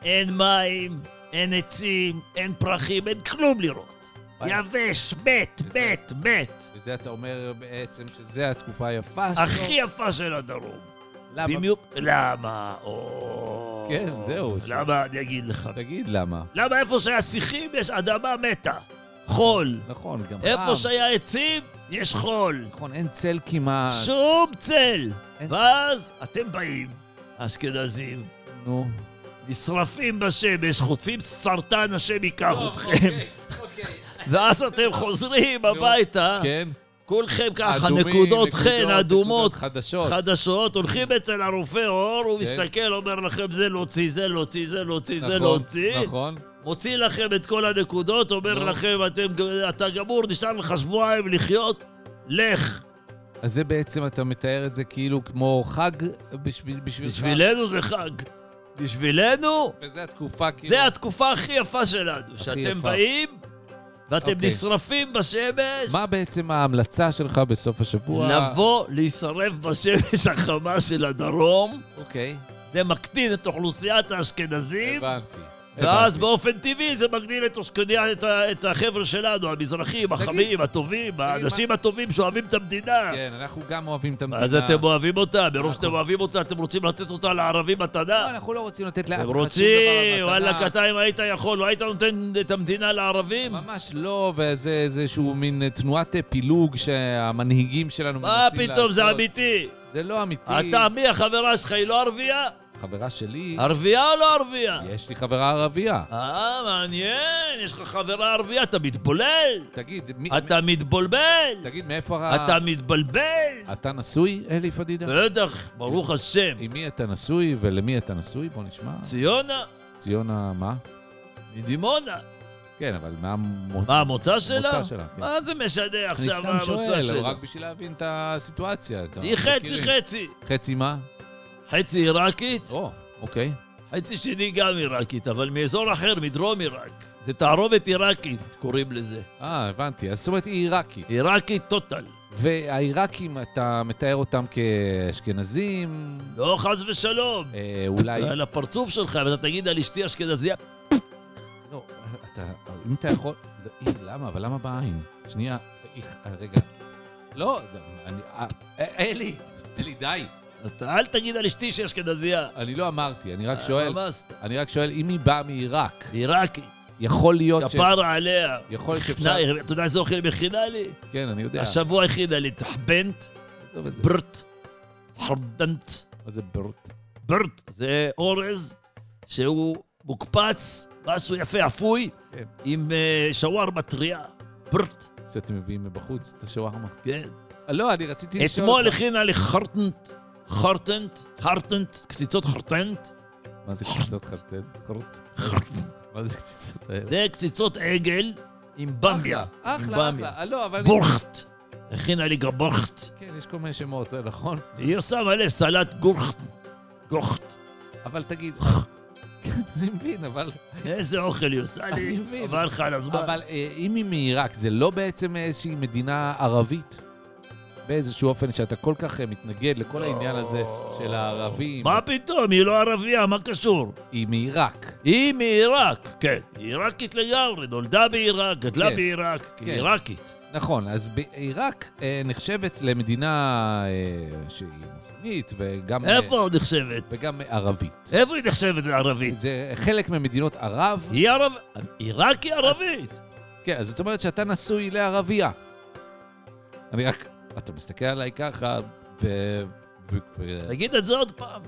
Speaker 2: אין מים, אין עצים, אין פרחים, אין כלום לראות. יבש, מת, מת, מת.
Speaker 3: וזה אתה אומר בעצם שזה התקופה היפה שלו.
Speaker 2: הכי יפה של הדרום.
Speaker 3: למה?
Speaker 2: במיוק... למה? או...
Speaker 3: כן, זהו.
Speaker 2: למה? אני אגיד לך.
Speaker 3: תגיד למה.
Speaker 2: למה איפה שהיה שיחים יש אדמה מתה? חול.
Speaker 3: נכון, גם
Speaker 2: איפה
Speaker 3: פעם.
Speaker 2: שהיה עצים יש חול.
Speaker 3: נכון, אין צל כמעט.
Speaker 2: שום צל.
Speaker 3: אין-
Speaker 2: ואז אתם באים, אשכנזים,
Speaker 3: נו.
Speaker 2: נשרפים בשמש, חוטפים סרטן, השם ייקח
Speaker 3: לא,
Speaker 2: אתכם.
Speaker 3: אוקיי,
Speaker 2: ואז אתם חוזרים הביתה,
Speaker 3: כן?
Speaker 2: כולכם ככה,
Speaker 3: אדומים,
Speaker 2: נקודות חן,
Speaker 3: נקודות
Speaker 2: אדומות,
Speaker 3: חדשות. כן.
Speaker 2: חדשות, הולכים אצל הרופא עור, הוא מסתכל, אומר לכם זה להוציא, זה להוציא, זה להוציא, זה לא
Speaker 3: נכון,
Speaker 2: להוציא,
Speaker 3: נכון.
Speaker 2: מוציא לכם את כל הנקודות, אומר
Speaker 3: נו.
Speaker 2: לכם, "אתם ג- אתה גמור, נשאר לך שבועיים לחיות, לך.
Speaker 3: אז זה בעצם, אתה מתאר את זה כאילו כמו חג בשביל... בשבילך.
Speaker 2: בשבילנו זה חג. בשבילנו,
Speaker 3: וזה התקופה כאילו...
Speaker 2: זה התקופה הכי יפה שלנו, שאתם
Speaker 3: יפה.
Speaker 2: באים ואתם
Speaker 3: אוקיי.
Speaker 2: נשרפים בשמש.
Speaker 3: מה בעצם ההמלצה שלך בסוף השבוע?
Speaker 2: לבוא להישרף בשמש החמה של הדרום,
Speaker 3: אוקיי,
Speaker 2: זה מקטין את אוכלוסיית האשכנזים,
Speaker 3: הבנתי.
Speaker 2: ואז
Speaker 3: הבנתי.
Speaker 2: באופן טבעי זה מגדיל את, אשכניה- את, ה- את החבר'ה שלנו, המזרחים, החמים, הטובים, האנשים הטובים שאוהבים את המדינה.
Speaker 3: כן, אנחנו גם אוהבים את המדינה.
Speaker 2: אז אתם אוהבים אותה, מרוב
Speaker 3: אנחנו-
Speaker 2: שאתם אוהבים אותה, אתם רוצים לתת אותה לערבים
Speaker 3: לא,
Speaker 2: מתנה?
Speaker 3: אנחנו לא רוצים לתת לאף אחד
Speaker 2: אתם
Speaker 3: שום דבר
Speaker 2: רוצים,
Speaker 3: מתנה.
Speaker 2: וואלכ, אתה אם היית יכול, לא היית נותן את המדינה לערבים?
Speaker 3: ממש לא, וזה איזשהו מין תנועת פילוג שהמנהיגים שלנו מנסים
Speaker 2: מה
Speaker 3: לעשות.
Speaker 2: פתאום, זה אמיתי.
Speaker 3: זה לא אמיתי.
Speaker 2: אתה, מי החברה שלך? היא לא ערבייה?
Speaker 3: חברה שלי,
Speaker 2: ערבייה או לא ערבייה?
Speaker 3: יש לי חברה ערבייה.
Speaker 2: אה, מעניין, יש לך חברה ערבייה, אתה מתבולל?
Speaker 3: תגיד, מי...
Speaker 2: אתה מתבולבל?
Speaker 3: תגיד, אה, מאיפה ה...
Speaker 2: אתה מתבלבל?
Speaker 3: אתה נשוי, אלי פדידה?
Speaker 2: בטח, ברוך
Speaker 3: אה,
Speaker 2: השם.
Speaker 3: עם מי אתה נשוי ולמי אתה נשוי? בוא נשמע.
Speaker 2: ציונה,
Speaker 3: ציונה, מה?
Speaker 2: מדימונה.
Speaker 3: כן, אבל מה... המו-
Speaker 2: מה המוצא שלה?
Speaker 3: המוצא שלה, כן.
Speaker 2: מה זה משנה
Speaker 3: אני
Speaker 2: עכשיו מה
Speaker 3: סתם
Speaker 2: המוצא
Speaker 3: שואל, אבל
Speaker 2: שלה?
Speaker 3: רק בשביל להבין את הסיטואציה. אתה-
Speaker 2: היא חצי
Speaker 3: מכירים.
Speaker 2: חצי.
Speaker 3: חצי מה?
Speaker 2: חצי עיראקית,
Speaker 3: או, אוקיי.
Speaker 2: חצי שני גם עיראקית, אבל מאזור אחר, מדרום עיראק. זה תערובת עיראקית, קוראים לזה.
Speaker 3: אה, הבנתי. אז זאת אומרת, היא עיראקית.
Speaker 2: עיראקית טוטל.
Speaker 3: והעיראקים, אתה מתאר אותם כאשכנזים,
Speaker 2: לא חס ושלום.
Speaker 3: אה, אולי...
Speaker 2: על הפרצוף שלך, ואתה תגיד על אשתי אשכנזייה,
Speaker 3: לא, אתה... אם אתה יכול... לא, אי, למה? אבל למה בעין? שנייה, איך, אה, רגע. לא, אני... אה, אה, אלי! אלי, די.
Speaker 2: אז אתה- אל תגיד על אשתי שהיא אה, אשכנזייה.
Speaker 3: אני לא אמרתי, אני רק שואל,
Speaker 2: ממש,
Speaker 3: אני רק שואל, אם היא באה מעיראק,
Speaker 2: עיראקית,
Speaker 3: יכול להיות ש...
Speaker 2: כפרה עליה.
Speaker 3: יכול להיות שאפשר...
Speaker 2: די, אתה יודע איזה אוכל מכינה לי?
Speaker 3: כן, אני יודע.
Speaker 2: השבוע הכינה לי תחבנט,
Speaker 3: עזוב את זה.
Speaker 2: ברט, חרדנט,
Speaker 3: מה זה ברט?
Speaker 2: ברט. זה אורז שהוא מוקפץ, משהו יפה, אפוי,
Speaker 3: כן.
Speaker 2: עם אה, שווארמה טריה. ברט,
Speaker 3: שאתם מביאים מבחוץ, את השווארמה.
Speaker 2: כן.
Speaker 3: אה, לא, אני רציתי לשאול...
Speaker 2: אתמול
Speaker 3: אותך.
Speaker 2: הכינה לי חרטנט, חרטנט, חרטנט, קציצות חרטנט.
Speaker 3: מה זה קציצות חרטט? חרט? מה זה קציצות האלה?
Speaker 2: זה קציצות עגל עם במיה.
Speaker 3: אחלה,
Speaker 2: עם
Speaker 3: אחלה,
Speaker 2: במיה.
Speaker 3: אחלה. אה, לא, אבל... אני-
Speaker 2: בורכט. הכינה לי גם בורכט.
Speaker 3: כן, יש כל מיני שמות, אה, נכון?
Speaker 2: היא עושה מלא סלט גורכט. גורכט.
Speaker 3: אבל תגיד... אני מבין, אבל...
Speaker 2: איזה אוכל היא עושה לי.
Speaker 3: אני מבין.
Speaker 2: עבר לך על הזמן.
Speaker 3: אבל אה, אם היא מעיראק, זה לא בעצם איזושהי מדינה ערבית? באיזשהו אופן שאתה כל כך אה, מתנגד לכל העניין הזה של הערבים.
Speaker 2: לא. מה פתאום? היא לא ערבייה, מה קשור?
Speaker 3: היא מעיראק.
Speaker 2: היא מעיראק, כן. היא עיראקית לגמרי, נולדה בעיראק, גדלה
Speaker 3: כן.
Speaker 2: בעיראק,
Speaker 3: כן.
Speaker 2: היא עיראקית.
Speaker 3: נכון, אז בעיראק אה, נחשבת למדינה אה, שהיא מוסלמית וגם... אה,
Speaker 2: איפה היא נחשבת?
Speaker 3: וגם ערבית.
Speaker 2: איפה היא נחשבת לערבית?
Speaker 3: זה חלק ממדינות ערב.
Speaker 2: היא ערב... עיראק היא ערבית.
Speaker 3: כן, אז זאת אומרת שאתה נשוי לערבייה. אני רק... אתה מסתכל עליי ככה, ו... ו... ו-
Speaker 2: תגיד את זה עוד פעם.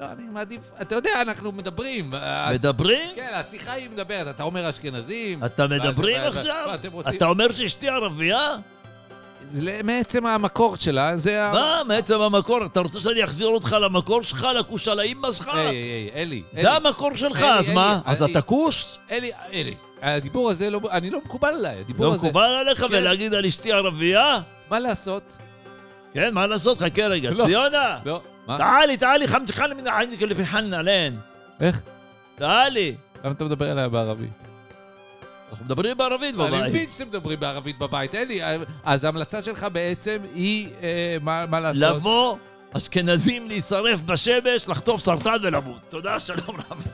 Speaker 3: לא, אני מעדיף... אתה יודע, אנחנו מדברים. אז-
Speaker 2: מדברים?
Speaker 3: כן, השיחה היא מדברת. אתה אומר אשכנזים.
Speaker 2: אתה מדברים
Speaker 3: ואת- ואת-
Speaker 2: עכשיו?
Speaker 3: ואתם רוצים-
Speaker 2: אתה אומר שאשתי ערבייה?
Speaker 3: זה- מעצם המקור שלה, זה ה...
Speaker 2: מה? מעצם המקור, אתה רוצה שאני אחזיר אותך למקור שלך, לכוש על האימא שלך?
Speaker 3: היי, היי, היי, אלי.
Speaker 2: זה
Speaker 3: אלי.
Speaker 2: המקור שלך,
Speaker 3: אלי,
Speaker 2: אז
Speaker 3: אלי,
Speaker 2: מה? אז
Speaker 3: אלי.
Speaker 2: אתה כוש?
Speaker 3: אלי, אלי, הדיבור הזה לא, אני לא מקובל עליי, הדיבור
Speaker 2: לא
Speaker 3: הזה.
Speaker 2: מקובל
Speaker 3: כן.
Speaker 2: עליך ולהגיד על אשתי ערבייה?
Speaker 3: מה לעשות?
Speaker 2: כן, מה לעשות? חכה רגע.
Speaker 3: לא.
Speaker 2: ציונה!
Speaker 3: לא, מה?
Speaker 2: تعالي تعالي خمسة خان من عندك اللي في حنا لين
Speaker 3: איך?
Speaker 2: تعالي
Speaker 3: למה אתה מדבר אליי בערבית?
Speaker 2: אנחנו מדברים בערבית
Speaker 3: אני
Speaker 2: בבית
Speaker 3: מבין שאתם מדברים בערבית בבית, אלי. אז ההמלצה שלך בעצם היא, אה, מה מה לעשות?
Speaker 2: לבוא אשכנזים להישרף בשמש לחטוף סרטן ולמות תודה שלום רב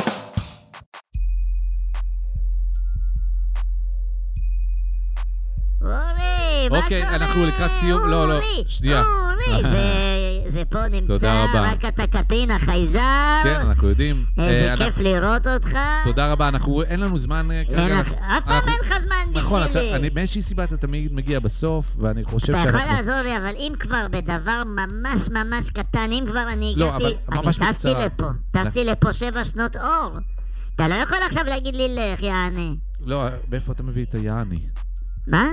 Speaker 4: אורי, מה
Speaker 3: אוקיי,
Speaker 4: קורה?
Speaker 3: אנחנו לקראת סיום- לא, לא,
Speaker 4: אורי,
Speaker 3: שנייה.
Speaker 4: אורי, זה- זה פה נמצא,
Speaker 3: רבה.
Speaker 4: רק אתה קטין, החייזר.
Speaker 3: כן, אנחנו יודעים.
Speaker 4: איזה
Speaker 3: אה, אנחנו-
Speaker 4: כיף לראות אותך.
Speaker 3: תודה רבה, אנחנו, אין לנו זמן אה,
Speaker 4: אין
Speaker 3: כרגע.
Speaker 4: לך- אף פעם
Speaker 3: אנחנו-
Speaker 4: אין לך זמן בשבילי.
Speaker 3: נכון, אתה- אני- מאיזושהי סיבה אתה תמיד מגיע בסוף, ואני חושב
Speaker 4: אתה יכול
Speaker 3: שאנחנו...
Speaker 4: לעזור לי, אבל אם כבר בדבר ממש ממש קטן, אם כבר אני
Speaker 3: לא,
Speaker 4: הגעתי,
Speaker 3: אבל
Speaker 4: אני
Speaker 3: ממש
Speaker 4: טסתי
Speaker 3: בקצרה. נכון.
Speaker 4: לפה, טסתי לפה שבע שנות אור. אתה לא יכול עכשיו להגיד לי לך, יעני.
Speaker 3: לא, מאיפה אתה מביא את היעני?
Speaker 4: מה?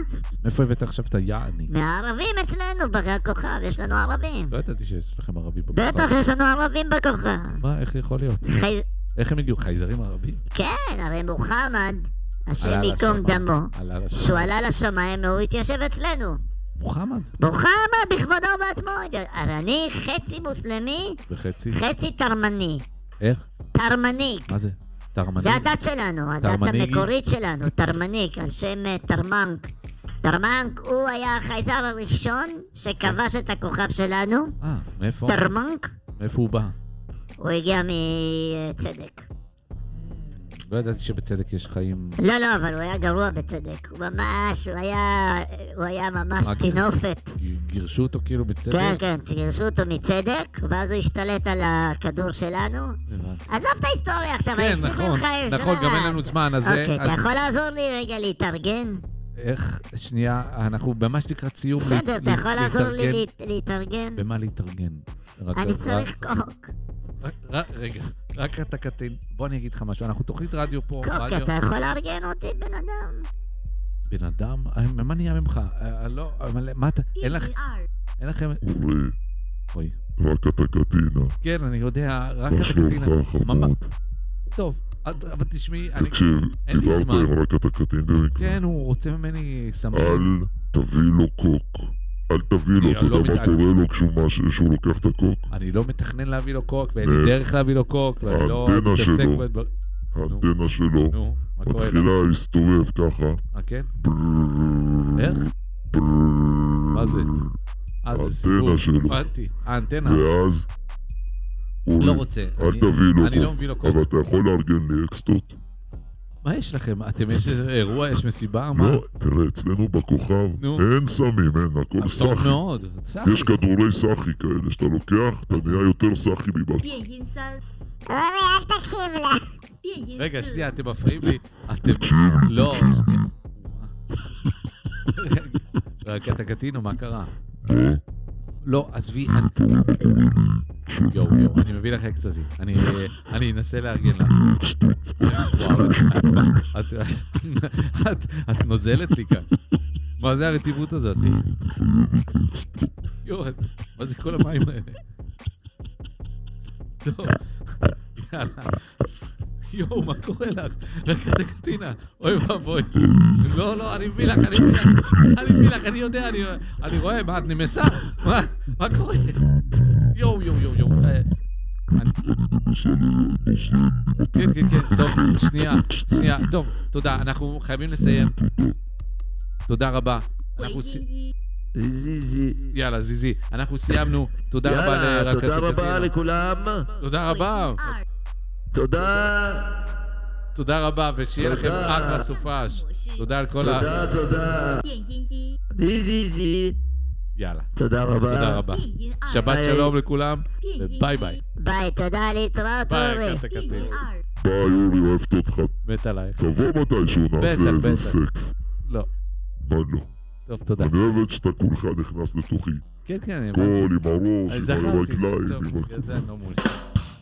Speaker 3: מאיפה הבאת עכשיו את היעני?
Speaker 4: Mm. מהערבים אצלנו, בכוכב, יש לנו ערבים.
Speaker 3: לא ידעתי שיש לכם ערבים בבחר.
Speaker 4: בטח לא. יש לנו ערבים בכוכב.
Speaker 3: מה, איך יכול להיות?
Speaker 4: חי-
Speaker 3: איך הם הגיעו? חייזרים ערבים?
Speaker 4: כן, הרי מוחמד, השם
Speaker 3: עלה
Speaker 4: ייקום
Speaker 3: לשמיים.
Speaker 4: דמו,
Speaker 3: עלה לשמיים.
Speaker 4: כשהוא עלה לשמיים הוא התיישב אצלנו.
Speaker 3: מוחמד,
Speaker 4: מוחמד בכבודו ובעצמו, הרי אני חצי מוסלמי,
Speaker 3: בחצי.
Speaker 4: חצי תרמני.
Speaker 3: איך?
Speaker 4: תרמניק.
Speaker 3: מה זה? תרמנים?
Speaker 4: זה הדת שלנו, הדת
Speaker 3: תרמניגי?
Speaker 4: המקורית שלנו, תרמניק, על שם אה, תרמנק. תרמנק הוא היה החייזר הראשון שכבש את הכוכב שלנו.
Speaker 3: אה, מאיפה?
Speaker 4: תרמנק,
Speaker 3: מאיפה הוא בא?
Speaker 4: הוא הגיע מצדק.
Speaker 3: לא ידעתי שבצדק יש חיים...
Speaker 4: לא, לא, אבל הוא היה גרוע בצדק. הוא ממש, הוא היה, הוא היה ממש
Speaker 3: מה, כן?
Speaker 4: טינופת.
Speaker 3: גירשו אותו כאילו בצדק?
Speaker 4: כן, כן, גירשו אותו מצדק, ואז הוא השתלט על הכדור שלנו.
Speaker 3: הבנתי.
Speaker 4: עזוב את ההיסטוריה עכשיו,
Speaker 3: כן,
Speaker 4: אני צריך
Speaker 3: נכון,
Speaker 4: ממך עזרה.
Speaker 3: נכון, גם אין לנו זמן, אז... זה-
Speaker 4: לא אוקיי,
Speaker 3: אז-
Speaker 4: אתה יכול לעזור לי רגע להתארגן?
Speaker 3: איך, שנייה, אנחנו ממש לקראת סיום.
Speaker 4: בסדר,
Speaker 3: להת-
Speaker 4: אתה יכול לעזור לי
Speaker 3: להתארגן.
Speaker 4: להת- להתארגן?
Speaker 3: במה להתארגן? רק-
Speaker 4: אני
Speaker 3: רק-
Speaker 4: צריך קוק.
Speaker 3: רק- רק- רגע, רק אתה קטין. בוא אני אגיד לך משהו, אנחנו תוכנית רדיו פה,
Speaker 4: קוק,
Speaker 3: רדיו...
Speaker 4: אתה יכול לארגן אותי, בן אדם?
Speaker 3: בן אדם, אה, מה נהיה ממך? אה, לא, אבל מה אתה... אין לך... אין לכם...
Speaker 5: אורי,
Speaker 3: אוי.
Speaker 5: רק אתה קטינה,
Speaker 3: כן, אני יודע, רק
Speaker 5: מה
Speaker 3: אתה קטין.
Speaker 5: שלומך
Speaker 3: ממש-
Speaker 5: החמוד?
Speaker 3: טוב, את- אבל תשמעי, אני...
Speaker 5: תקשיב,
Speaker 3: אין לי
Speaker 5: דיברת
Speaker 3: זמן.
Speaker 5: עם רק אתה קטין במקרה?
Speaker 3: כן, הוא רוצה ממני סמים.
Speaker 5: אל תביא לו קוק. אל תביא לו,
Speaker 3: אני
Speaker 5: אתה
Speaker 3: לא
Speaker 5: יודע מה
Speaker 3: מתעלם.
Speaker 5: קורה לו כשהוא מש- כשהוא לוקח את הקוק?
Speaker 3: אני לא מתכנן להביא לו קוק, ואין לי
Speaker 5: אה,
Speaker 3: דרך להביא לו קוק, ואני לא
Speaker 5: האנטנה
Speaker 3: מתעסק
Speaker 5: שלו.
Speaker 3: בדבר...
Speaker 5: האנטנה שלו
Speaker 3: נו, מה קורה לו?
Speaker 5: מתחילה להסתובב ככה.
Speaker 3: אה, כן? איך? מה זה? אה, זה
Speaker 5: האנטנה
Speaker 3: סיפור.
Speaker 5: שלו.
Speaker 3: הבנתי. האנטנה.
Speaker 5: ואז... אורי,
Speaker 3: לא רוצה.
Speaker 5: אל
Speaker 3: אני-
Speaker 5: תביא לו
Speaker 3: אני לא
Speaker 5: קוק.
Speaker 3: מביא לו קוק.
Speaker 5: אבל אתה יכול לארגן לי אקסטות?
Speaker 3: מה יש לכם? אתם, יש איזה אירוע, יש מסיבה? מה?
Speaker 5: לא, תראה, אצלנו בכוכב
Speaker 3: נו.
Speaker 5: אין סמים, אין, הכל
Speaker 3: אבל טוב
Speaker 5: סחי.
Speaker 3: מאוד. סחי.
Speaker 5: יש כדורי סחי כאלה שאתה לוקח, אתה נהיה יותר סחי מבעצמך.
Speaker 6: 电音三，
Speaker 4: אורי, אל תקשיב לה.
Speaker 6: 电音四。
Speaker 3: רגע, שנייה, אתם מפריעים לי. אתם... לא, שנייה. רק אתה קטין או מה קרה? לא, עזבי, אני... יואו, יואו, אני מביא לך אקסטזי. אני, אני אנסה לארגן לך. וואו, את- את- את- את- את נוזלת לי כאן. מה זה הרטיבות הזאת? יואו, את- מה זה כל המים האלה? טוב, יאללה. יואו, מה קורה לך? לקחת קטינה, אוי ואבוי. לא, לא, אני מביא לך, אני מביא לך, אני מביא לך, אני יודע, אני- אני רואה, מה, את נמסה? מה, מה קורה? יואו, יואו, יואו, יואו. אה, אני- כן, כן, כן, טוב, שנייה, שנייה, טוב, תודה, אנחנו חייבים לסיים. תודה רבה. אנחנו סי- יאללה, זיזי, אנחנו סיימנו. תודה רבה
Speaker 7: יאללה,
Speaker 3: לרק
Speaker 7: תודה
Speaker 3: הקטינה.
Speaker 7: רבה לכולם.
Speaker 3: תודה רבה,
Speaker 7: תודה,
Speaker 3: תודה רבה, ושיהיה לכם
Speaker 7: תודה.
Speaker 3: אחלה סופש. תודה על כל ה...
Speaker 7: תודה, תודה.
Speaker 6: 电音一，
Speaker 7: זי, זי, זי.
Speaker 3: יאללה,
Speaker 7: תודה רבה.
Speaker 3: תודה רבה.
Speaker 6: 电音二，
Speaker 3: שבת
Speaker 7: ביי.
Speaker 3: שלום לכולם,
Speaker 6: 电音一
Speaker 3: וביי ביי.
Speaker 4: ביי, תודה, להתראות,
Speaker 3: ביי,
Speaker 4: אורי.
Speaker 3: הקטע
Speaker 6: 电
Speaker 3: קטן.
Speaker 6: 音二，
Speaker 5: ביי, אורי, אוהבת אותך.
Speaker 3: מת עלייך.
Speaker 5: תבוא מתישהו נעשה
Speaker 3: בטח,
Speaker 5: איזה
Speaker 3: בטח.
Speaker 5: סקס.
Speaker 3: לא,
Speaker 5: מה לא?
Speaker 3: טוב, תודה.
Speaker 5: אני אוהבת שאתה כולך נכנס לתוכי.
Speaker 3: כן, כן, אני
Speaker 5: כל עם הראש, עם
Speaker 3: זכרתי.
Speaker 5: הרגליים.
Speaker 3: טוב,
Speaker 5: עם ה-
Speaker 3: בגלל זה אני לא מעוניין.